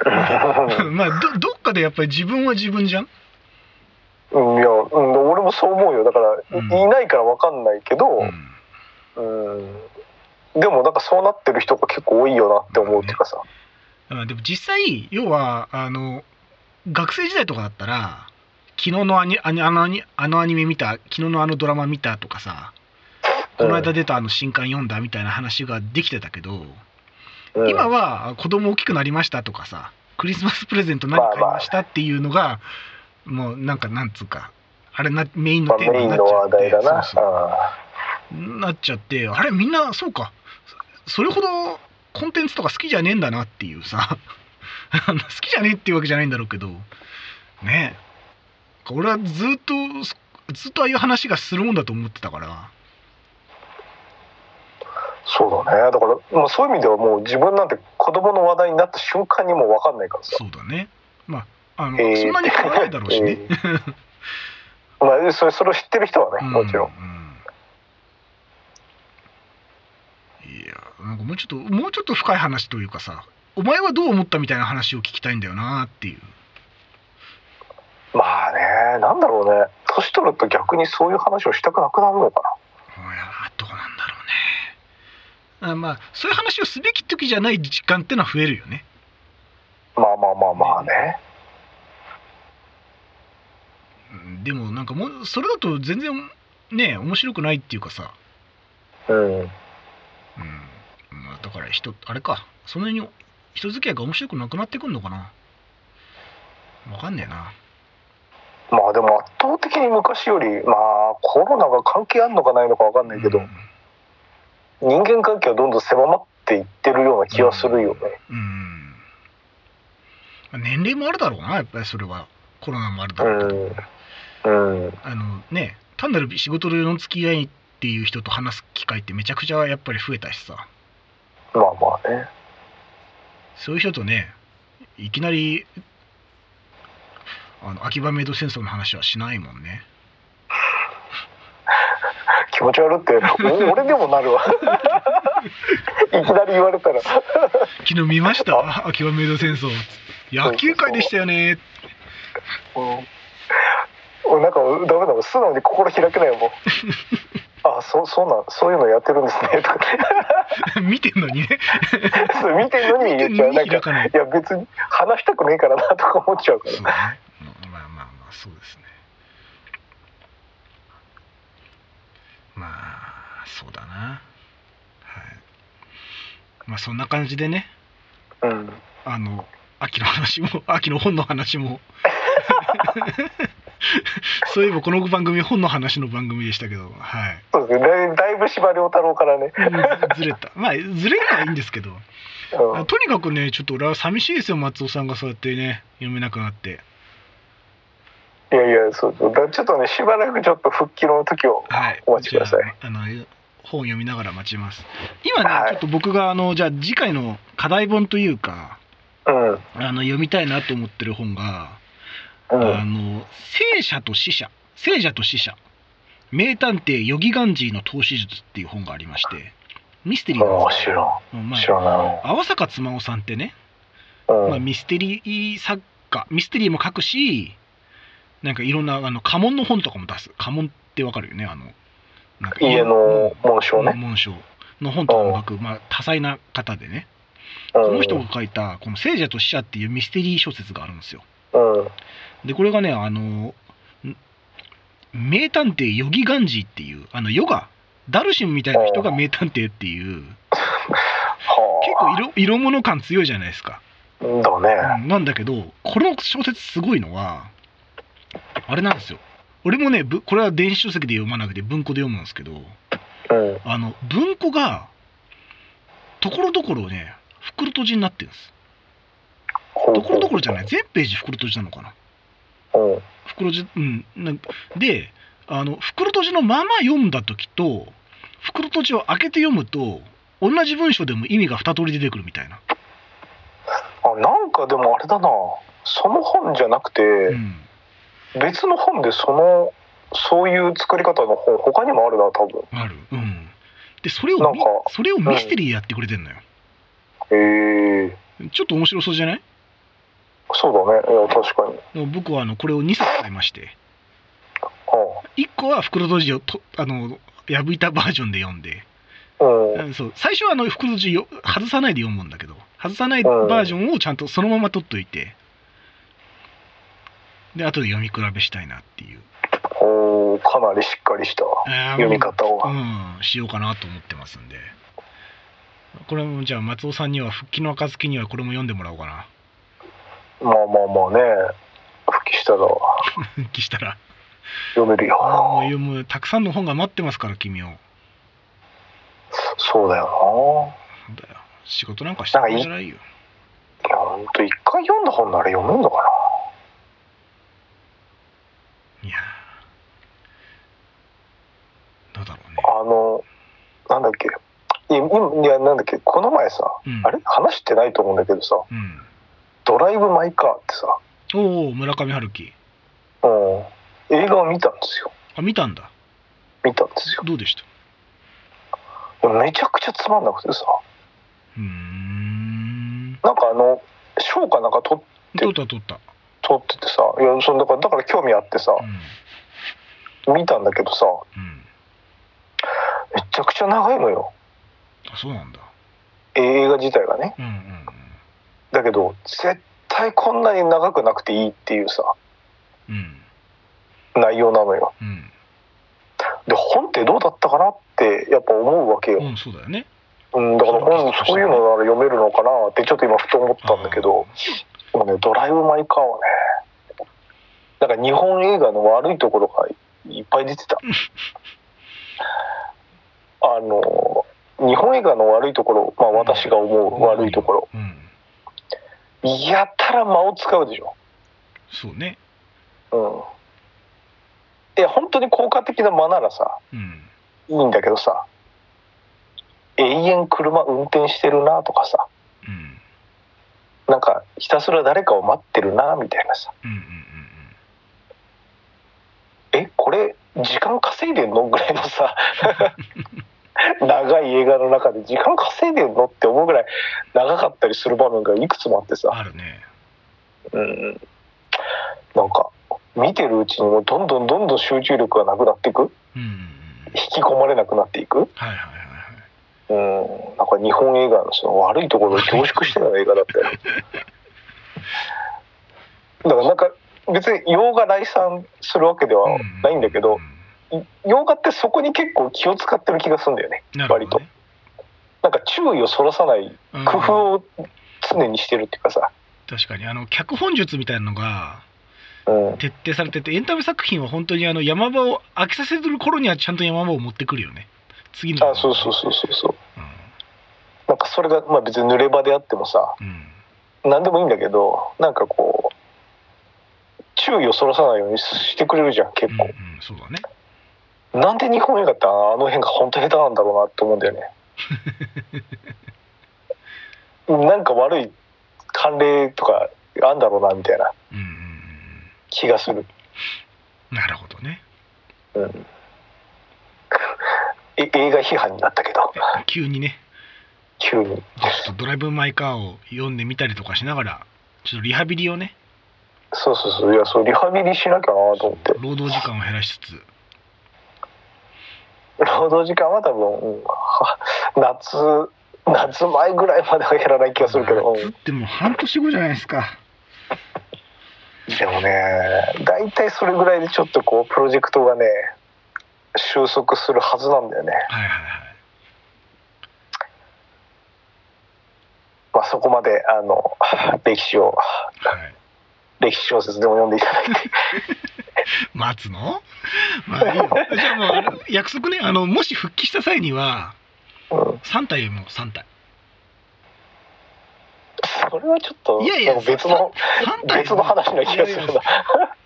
[SPEAKER 2] まあどどっかでやっぱり自分は自分じゃん、
[SPEAKER 3] うんいや、うん、俺もそう思うよだから、
[SPEAKER 2] うん
[SPEAKER 3] いいないから分かんないけど、
[SPEAKER 2] うん
[SPEAKER 3] うんでもなんかそうなってる人が結構多いよなって思うっていうかさ、
[SPEAKER 2] うん、でも実際要はあの学生時代とかだったら昨日のアニあのあのアニあのアニメ見た昨日のあのドラマ見たとかさこの間出たあの新刊読んだみたいな話ができてたけど、
[SPEAKER 3] うん
[SPEAKER 2] 今はあ子供大きくなりましたとかさクリスマスプレゼント何買いましたっていうのが、もうなんかなんつうかあれなメイン
[SPEAKER 3] ま
[SPEAKER 2] の
[SPEAKER 3] あ、
[SPEAKER 2] テーマ
[SPEAKER 3] メ
[SPEAKER 2] に
[SPEAKER 3] イン
[SPEAKER 2] なっ
[SPEAKER 3] の
[SPEAKER 2] ちゃ
[SPEAKER 3] 話
[SPEAKER 2] って
[SPEAKER 3] 題だな
[SPEAKER 2] そうそうなっちゃってあれみんなそうかそそれほどコンテンツとか好きじゃねえんだなっていうさ あの好きじゃねえっていうわけじゃないんだろうけどねえ俺はずっとそずっとああいう話がするもんだと思ってたから
[SPEAKER 3] うんそうだねだから、まあ、そういう意味ではもう自分なんて子供の話題になった瞬間にもう分かんないからさ、
[SPEAKER 2] そうだねまああの、
[SPEAKER 3] えー
[SPEAKER 2] そんなに変わらないだろうし ね、
[SPEAKER 3] まあ、それそれを知ってる人はね、もちろん
[SPEAKER 2] ううんいやなんかもうちょっともうちょっと深い話というかさお前はどう思ったみたいな話を聞きたいんだよなっていう
[SPEAKER 3] まあねなんだろうね年取ると逆にそういう話をしたくなくなるのか
[SPEAKER 2] いやどうなんだろうねあまあそういう話をすべき時じゃない時間ってのは増えるよね
[SPEAKER 3] なまあまあまあまあね
[SPEAKER 2] うんでもなんかもうそれだと全然ね面白くないっていうかさ、
[SPEAKER 3] うん
[SPEAKER 2] うんまあ、だから人あれかそんなに人付き合いが面白くなくなってくんのかなわかんねえな
[SPEAKER 3] まあでも圧倒的に昔よりまあコロナが関係あるのかないのかわかんないけど、
[SPEAKER 2] うん
[SPEAKER 3] 人間関係はどんどん狭まっていってるような気はするよね、
[SPEAKER 2] うん年齢もあるだろうなやっぱりそれはコロナもあるだ
[SPEAKER 3] う
[SPEAKER 2] ろうけど、
[SPEAKER 3] んうん
[SPEAKER 2] あのね単なる仕事での付き合いっていう人と話す機会ってめちゃくちゃやっぱり増えたしさ
[SPEAKER 3] まあまあね
[SPEAKER 2] そういう人とねいきなりあの秋葉メイド戦争の話はしないもんね
[SPEAKER 3] 気持ち悪ってお 俺でもなるわいきなり言われたら
[SPEAKER 2] 昨日見ました秋葉メイド戦争野球界でしたよね
[SPEAKER 3] 俺なんかダメだもん素直に心開けない もんあそうそうなんそういうのやってるんですねとか
[SPEAKER 2] 見てんのにね
[SPEAKER 3] そう見てるのに言っちゃうなん
[SPEAKER 2] 見てるのに開かな
[SPEAKER 3] か
[SPEAKER 2] い
[SPEAKER 3] いや別に話したくねえからなとか思っ ちゃうか
[SPEAKER 2] そうね、
[SPEAKER 3] ら
[SPEAKER 2] うんまあまあまあそうですねまあそうだなはいまあそんな感じでね
[SPEAKER 3] うん
[SPEAKER 2] あの秋の話も 秋の本の話も そういえばこの番組本の話の番組でしたけどはい
[SPEAKER 3] そうですねだいだいぶ司馬遼太郎からね、
[SPEAKER 2] うんずずれたまあずれるのはいいんですけど
[SPEAKER 3] うん
[SPEAKER 2] あとにかくねちょっと俺は寂しいですよ松尾さんがそうやってね読めなくなって
[SPEAKER 3] いやいやそうそうだちょっとねしばらくちょっと復帰の時を
[SPEAKER 2] はい。
[SPEAKER 3] お待ちください
[SPEAKER 2] じゃあ。あの本読みながら待ちます。今ね、
[SPEAKER 3] はい
[SPEAKER 2] ちょっと僕があのじゃあ次回の課題本というか、
[SPEAKER 3] うんうん
[SPEAKER 2] あの読みたいなと思ってる本が、あの聖者と死者、聖者と死者、名探偵ヨギガンジーの投資術っていう本がありまして、ミステリーなん
[SPEAKER 3] 面
[SPEAKER 2] ですよ。
[SPEAKER 3] 白
[SPEAKER 2] うん
[SPEAKER 3] い
[SPEAKER 2] まあ
[SPEAKER 3] 知らな
[SPEAKER 2] 泡坂妻夫さんってね、
[SPEAKER 3] いうん
[SPEAKER 2] まあ、ミステリー作家ミステリーも書くしなんかいろんなあの家紋の本とかも出す家紋ってわかるよねあのなんか
[SPEAKER 3] 家の紋章ね
[SPEAKER 2] 紋章の本とかも書く、まあ、多彩な方でね
[SPEAKER 3] うん
[SPEAKER 2] この人が書いた「この聖者と死者」っていうミステリー小説があるんですよ
[SPEAKER 3] うん
[SPEAKER 2] でこれがねあのん名探偵ヨギガンジーっていうあのヨガダルシムみたいな人が名探偵っていう結構
[SPEAKER 3] は
[SPEAKER 2] 色色物感強いじゃないですか
[SPEAKER 3] あだね
[SPEAKER 2] うんなんだけどこの小説すごいのはあれなんですよ俺もねぶこれは電子書籍で読まなくて文庫で読むんですけど
[SPEAKER 3] うん
[SPEAKER 2] あの文庫がところどころね袋閉じになってるんですところどころじゃない全ページ袋閉じなのかな
[SPEAKER 3] うん
[SPEAKER 2] 袋閉じうんなんであの袋閉じのまま読んだ時と袋閉じを開けて読むと同じ文章でも意味が2通り出てくるみたいな、
[SPEAKER 3] あなんかでもあれだなその本じゃなくて、
[SPEAKER 2] うん、
[SPEAKER 3] 別の本でそのそういう作り方の本他にもあるな多分
[SPEAKER 2] あるうんでそれをみ
[SPEAKER 3] なんか
[SPEAKER 2] それをミステリーでやってくれてんのよ
[SPEAKER 3] へえ
[SPEAKER 2] ちょっと面白そうじゃない
[SPEAKER 3] そうだねいや確かに
[SPEAKER 2] 僕はあのこれを2冊買いまして
[SPEAKER 3] あ
[SPEAKER 2] 1個は袋閉じをとあの破いたバージョンで読んで、
[SPEAKER 3] うん
[SPEAKER 2] うんそう最初はあの袋閉じよ外さないで読むんだけど外さないバージョンをちゃんとそのまま取っといてで後で読み比べしたいなっていう
[SPEAKER 3] おーかなりしっかりした
[SPEAKER 2] あー
[SPEAKER 3] 読み方を、
[SPEAKER 2] うんしようかなと思ってますんでこれもじゃあ松尾さんには復帰の暁にはこれも読んでもらおうかな
[SPEAKER 3] まあまあまあね復帰したら
[SPEAKER 2] 復帰したら
[SPEAKER 3] 読める
[SPEAKER 2] もう読
[SPEAKER 3] よ
[SPEAKER 2] むたくさんの本が待ってますから君を
[SPEAKER 3] そうだよ
[SPEAKER 2] なんだよ仕事なんかしてるんじゃないよ
[SPEAKER 3] ないやほんと一回読んだ本なら読めんのか
[SPEAKER 2] いやーどうだろうね
[SPEAKER 3] なあのなんだっけい今いやなんだっけこの前さ、
[SPEAKER 2] うん
[SPEAKER 3] あれ話してないと思うんだけどさ
[SPEAKER 2] うん
[SPEAKER 3] 「ドライブ・マイ・カー」ってさ、
[SPEAKER 2] おお村上春樹
[SPEAKER 3] うん、映画を見たんですよ
[SPEAKER 2] あ見たんだ
[SPEAKER 3] 見たんですよ
[SPEAKER 2] どうでした
[SPEAKER 3] でもめちゃくちゃつまんなくてさ
[SPEAKER 2] うーん
[SPEAKER 3] なんかあの賞かなんか取
[SPEAKER 2] 撮った撮った
[SPEAKER 3] 取っててさいやそのだからだから興味あってさ
[SPEAKER 2] うん
[SPEAKER 3] 見たんだけどさ
[SPEAKER 2] うん
[SPEAKER 3] めちゃくちゃ長いのよ
[SPEAKER 2] あそうなんだ
[SPEAKER 3] 映画自体がね
[SPEAKER 2] うんうんうん
[SPEAKER 3] だけど絶対こんなに長くなくていいっていうさ
[SPEAKER 2] うん
[SPEAKER 3] 内容なのよ
[SPEAKER 2] うん
[SPEAKER 3] で本ってどうだったかなってやっぱ思うわけよ、
[SPEAKER 2] うんそうだよね
[SPEAKER 3] うん、だから本そういうのなら読めるのかなってちょっと今ふと思ったんだけど、でもね、ドライブ・マイ・カーはね、なんか日本映画の悪いところがいっぱい出て た。あの、日本映画の悪いところ、まあ私が思う悪いところ、
[SPEAKER 2] うん
[SPEAKER 3] やたら間を使うでしょ。
[SPEAKER 2] そうね
[SPEAKER 3] うん。いや、本当に効果的な間ならさ、
[SPEAKER 2] うん
[SPEAKER 3] いいんだけどさ、永遠車運転してるなとかさ、
[SPEAKER 2] うん
[SPEAKER 3] なんかひたすら誰かを待ってるなみたいなさ、
[SPEAKER 2] うんうん
[SPEAKER 3] えこれ時間稼いでんのぐらいのさ 長い映画の中で時間稼いでんのって思うぐらい長かったりする場面がいくつもあって
[SPEAKER 2] うん
[SPEAKER 3] さ、
[SPEAKER 2] あるね
[SPEAKER 3] うん、なんか見てるうちにもうどんどんどんどん集中力がなくなっていく
[SPEAKER 2] うんうんうん
[SPEAKER 3] 引き込まれなくなっていく、
[SPEAKER 2] はいはいはいはい
[SPEAKER 3] うん、なんか日本映画のその悪いところを凝縮したような映画だったよ だからなんか別に洋画来賛するわけではないんだけど、洋画ってそこに結構気を使ってる気がするんだよね
[SPEAKER 2] うん、なるほどね
[SPEAKER 3] 割となんか注意をそらさない
[SPEAKER 2] うん
[SPEAKER 3] 工夫を常にしてるっていうかさ、
[SPEAKER 2] 確かにあの脚本術みたいなのが
[SPEAKER 3] うん、
[SPEAKER 2] 徹底されててエンタメ作品は本当にあの山場を飽きさせてる頃にはちゃんと山場を持ってくるよね次の
[SPEAKER 3] あそうそうそうそうそう
[SPEAKER 2] うん、
[SPEAKER 3] なんかそれが、まあ、別に濡れ場であってもさ
[SPEAKER 2] うん、
[SPEAKER 3] 何でもいいんだけどなんかこう注意をそらさないようにしてくれるじゃん
[SPEAKER 2] うん
[SPEAKER 3] 結構、
[SPEAKER 2] うんそうだね
[SPEAKER 3] なんで日本映画ってあの辺が本当下手なんだろうなって思うんだよねなんか悪い慣例とかあんだろうなみたいな
[SPEAKER 2] うんうんうん
[SPEAKER 3] 気がする
[SPEAKER 2] うんなるほどね
[SPEAKER 3] うんえ映画批判になったけど
[SPEAKER 2] 急にね
[SPEAKER 3] 急に
[SPEAKER 2] ちょっとドライブ・マイ・カーを読んでみたりとかしながらちょっとリハビリをね
[SPEAKER 3] そうそうそういやそうリハビリしなきゃなと思って
[SPEAKER 2] 労働時間を減らしつつ
[SPEAKER 3] 労働時間は多分、うんは夏夏前ぐらいまでは減らない気がするけど、うん
[SPEAKER 2] つってもう半年後じゃないですか
[SPEAKER 3] でもね大体それぐらいでちょっとこうプロジェクトがね収束するはずなんだよね、
[SPEAKER 2] はいはいはい
[SPEAKER 3] まあ、そこまであの 歴史
[SPEAKER 2] は
[SPEAKER 3] を
[SPEAKER 2] い
[SPEAKER 3] 歴史小説でも読んでいただいて
[SPEAKER 2] 待つのまあいいよじゃあもうあの約束ねあのもし復帰した際には
[SPEAKER 3] うん
[SPEAKER 2] 3体読もう3体
[SPEAKER 3] それはちょっと
[SPEAKER 2] いやいや
[SPEAKER 3] なんか別の
[SPEAKER 2] 3体
[SPEAKER 3] 別の話な気がするな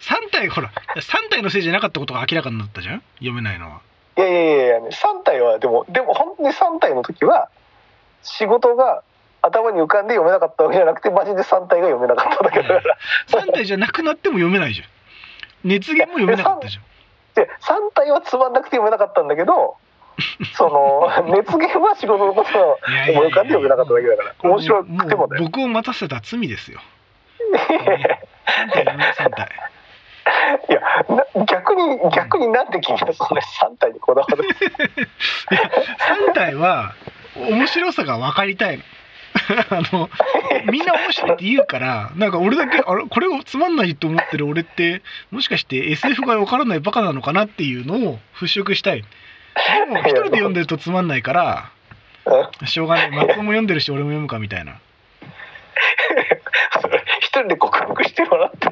[SPEAKER 2] 3体ほら3体のせいじゃなかったことが明らかになったじゃん読めないのはい
[SPEAKER 3] やいやいやいや、3体はでもでも本当に3体の時は仕事が頭に浮かんで読めなかったわけじゃなくてマジで3体が読めなかっただけだから
[SPEAKER 2] 3体じゃなくなっても読めないじゃん熱源も読めなかったじゃん
[SPEAKER 3] で3体はつまんなくて読めなかったんだけ どその熱源は仕事のことを
[SPEAKER 2] いやいやいや
[SPEAKER 3] 思い浮かんで読めなかっただけだから面白くても
[SPEAKER 2] う
[SPEAKER 3] ね
[SPEAKER 2] 僕を待たせた罪ですよ3体読め3体
[SPEAKER 3] いやな逆に逆になんで君はそんなに3体にこだわる
[SPEAKER 2] 3体は面白さが分かりたい のあのみんな面白いって言うからなんか俺だけあれこれをつまんないと思ってる俺ってもしかして SF が分からないバカなのかなっていうのを払拭したいでも一人で読んでるとつまんないからしょうがない松尾も読んでるし俺も読むかみたいな
[SPEAKER 3] それ一人で告白してもらって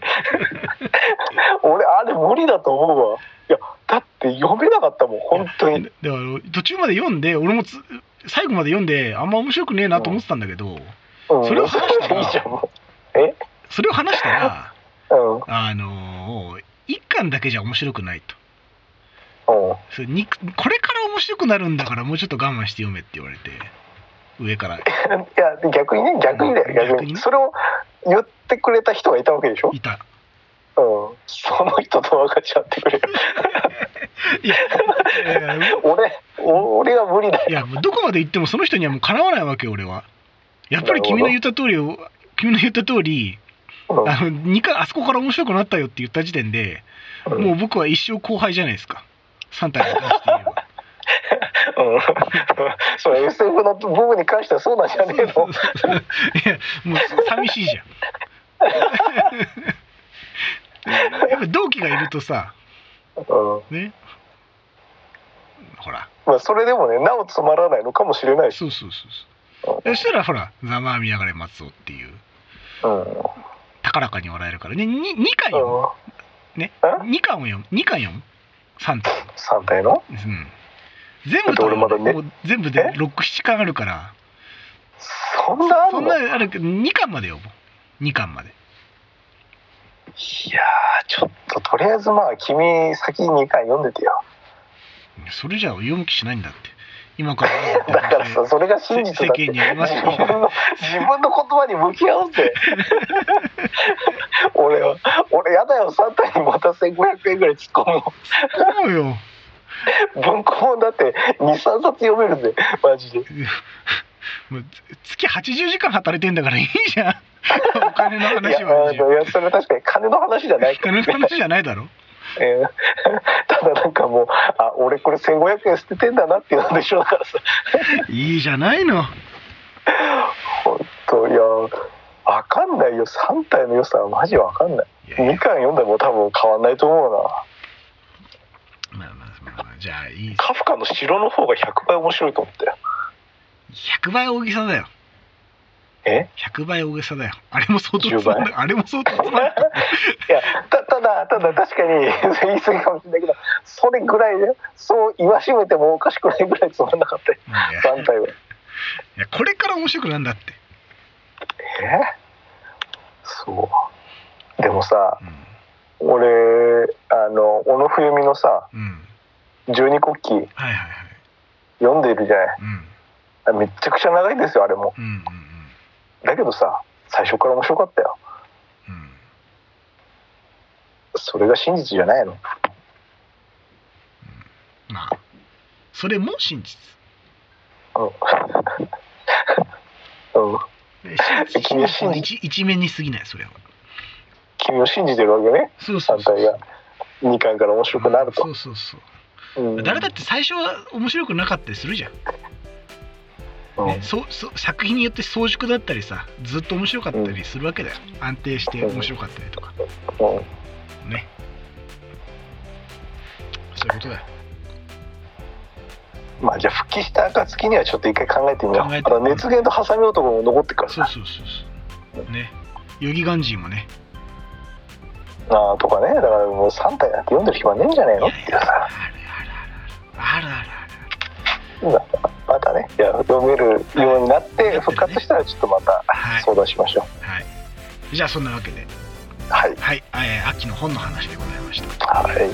[SPEAKER 3] 俺あれ無理だと思うわいやだって読めなかったもん本当に
[SPEAKER 2] でであの途中まで読んで俺もつ最後まで読んであんま面白くねえなと思ってたんだけど
[SPEAKER 3] うん
[SPEAKER 2] それを話したら
[SPEAKER 3] いいじゃんも
[SPEAKER 2] それを話したら
[SPEAKER 3] ううんうん
[SPEAKER 2] あの1巻だけじゃ面白くないと。
[SPEAKER 3] うん
[SPEAKER 2] それにこれから面白くなるんだからもうちょっと我慢して読めって言われて上から
[SPEAKER 3] いや逆にね逆にだよ逆
[SPEAKER 2] 逆に
[SPEAKER 3] に
[SPEAKER 2] ね
[SPEAKER 3] それを言ってくれた人がいたわけでしょ、うん、
[SPEAKER 2] いた
[SPEAKER 3] その人と分かち合っ てくれよ
[SPEAKER 2] いやいや
[SPEAKER 3] 俺お俺が無理だ
[SPEAKER 2] いやもうどこまで行ってもその人にはもうかなわないわけよ俺はやっぱり君の言った通りを君の言った通り
[SPEAKER 3] よ、
[SPEAKER 2] あの二回あそこから面白くなったよって言った時点で
[SPEAKER 3] うんうん
[SPEAKER 2] もう僕は一生後輩じゃないですか3体に関して言えば
[SPEAKER 3] それ SF の部分に関してはそうなんじゃねえの
[SPEAKER 2] そうそうそういやもう寂しい じゃんやっぱ同期がいるとさ
[SPEAKER 3] うん
[SPEAKER 2] ねほら
[SPEAKER 3] まあ、それでもねなおつまらないのかもしれないし、
[SPEAKER 2] そうそうそうそうそしたらほら「ざまあみやがれ松尾」っていう
[SPEAKER 3] うん
[SPEAKER 2] 高らかに笑えるからねに2巻読むね
[SPEAKER 3] え
[SPEAKER 2] 2巻を読む2巻読む3巻
[SPEAKER 3] 3体の
[SPEAKER 2] うん全
[SPEAKER 3] だ
[SPEAKER 2] 部
[SPEAKER 3] って俺まだね
[SPEAKER 2] もう全部で
[SPEAKER 3] え
[SPEAKER 2] 67巻あるから
[SPEAKER 3] そんなあんの
[SPEAKER 2] そんなあるけど2巻まで読む2巻まで
[SPEAKER 3] いやーちょっととりあえずまあ君先に2巻読んでてよ
[SPEAKER 2] それじゃ読む気しないんだって今から
[SPEAKER 3] だからさそれが真実だって
[SPEAKER 2] 世間にありますよ
[SPEAKER 3] 自分の自分の言葉に向き合おうぜ 俺は俺やだよ3体にまた1500円ぐらい突っ込む
[SPEAKER 2] そうよ
[SPEAKER 3] の文庫本だって23冊読めるぜマジで
[SPEAKER 2] もう月80時間働いてんだからいいじゃん お金の
[SPEAKER 3] い
[SPEAKER 2] 話
[SPEAKER 3] や
[SPEAKER 2] はい
[SPEAKER 3] あ
[SPEAKER 2] いじゃん
[SPEAKER 3] のいやそれ確かに金の話じゃない
[SPEAKER 2] お金の話じゃないだろ
[SPEAKER 3] えー ただなんかもうあ俺これ1500円捨ててんだなっていうのでしょだからさ
[SPEAKER 2] いいじゃないの
[SPEAKER 3] 本当いやわかんないよ3体の良さはマジわかんない
[SPEAKER 2] いやい
[SPEAKER 3] 2
[SPEAKER 2] や
[SPEAKER 3] 巻読んでも多分変わんないと思うな
[SPEAKER 2] まあまあまあまあじゃあいい
[SPEAKER 3] カフカの城の方が100倍面白いと思ったよ
[SPEAKER 2] 100倍大げさだよ
[SPEAKER 3] え
[SPEAKER 2] 100倍大げさだよあれも相当つ
[SPEAKER 3] 10
[SPEAKER 2] まん
[SPEAKER 3] 倍
[SPEAKER 2] ないあれも相当つまん ない
[SPEAKER 3] いやたただただ確かに 言い過ぎかもしれないけどそれぐらいねそう言わしめてもおかしくないぐらいつまんなかったよ
[SPEAKER 2] いや
[SPEAKER 3] 3体は。
[SPEAKER 2] いやこれから面白くなんだって
[SPEAKER 3] えそうでもさ
[SPEAKER 2] う
[SPEAKER 3] 俺あの小野冬美のさ
[SPEAKER 2] ん、うん、
[SPEAKER 3] 十二国旗
[SPEAKER 2] はいはいはい
[SPEAKER 3] 読んでるじゃない
[SPEAKER 2] うん
[SPEAKER 3] あめっちゃくちゃ長いんですよあれも
[SPEAKER 2] うんうん
[SPEAKER 3] だけどさ最初から面白かったよ
[SPEAKER 2] うんうん
[SPEAKER 3] それが真実じゃないの
[SPEAKER 2] まあそれも真実
[SPEAKER 3] うん うん
[SPEAKER 2] で真実
[SPEAKER 3] 君は真実
[SPEAKER 2] 一一面に過ぎないそれは
[SPEAKER 3] 君を信じてるわけね
[SPEAKER 2] そうそう
[SPEAKER 3] 三
[SPEAKER 2] そう
[SPEAKER 3] 体が2巻から面白くなると
[SPEAKER 2] そうそうそう
[SPEAKER 3] うん
[SPEAKER 2] 誰だって最初は面白くなかったりするじゃん、
[SPEAKER 3] うん
[SPEAKER 2] ねそうそう作品によって早熟だったりさずっと面白かったりするわけだよ安定して面白かったりとか
[SPEAKER 3] うん
[SPEAKER 2] ねそういうことだよ
[SPEAKER 3] まあじゃあ復帰した暁にはちょっと一回考えてみよ
[SPEAKER 2] 考え
[SPEAKER 3] う
[SPEAKER 2] て
[SPEAKER 3] ただ熱源と挟み男も残ってっから
[SPEAKER 2] そう
[SPEAKER 3] さ
[SPEAKER 2] そうそうそうねヨギガンジーもね
[SPEAKER 3] あーとかねだからもう3体なんて読んでる暇ねえんじゃねえのっていう
[SPEAKER 2] あ
[SPEAKER 3] さ
[SPEAKER 2] るあるあるあるあるあるある
[SPEAKER 3] またねいや読めるようになって復活したらちょっとまた
[SPEAKER 2] はい
[SPEAKER 3] 相談しましょう
[SPEAKER 2] はいじゃあそんなわけで
[SPEAKER 3] はい
[SPEAKER 2] はい、えー秋の本の話でございました
[SPEAKER 3] はい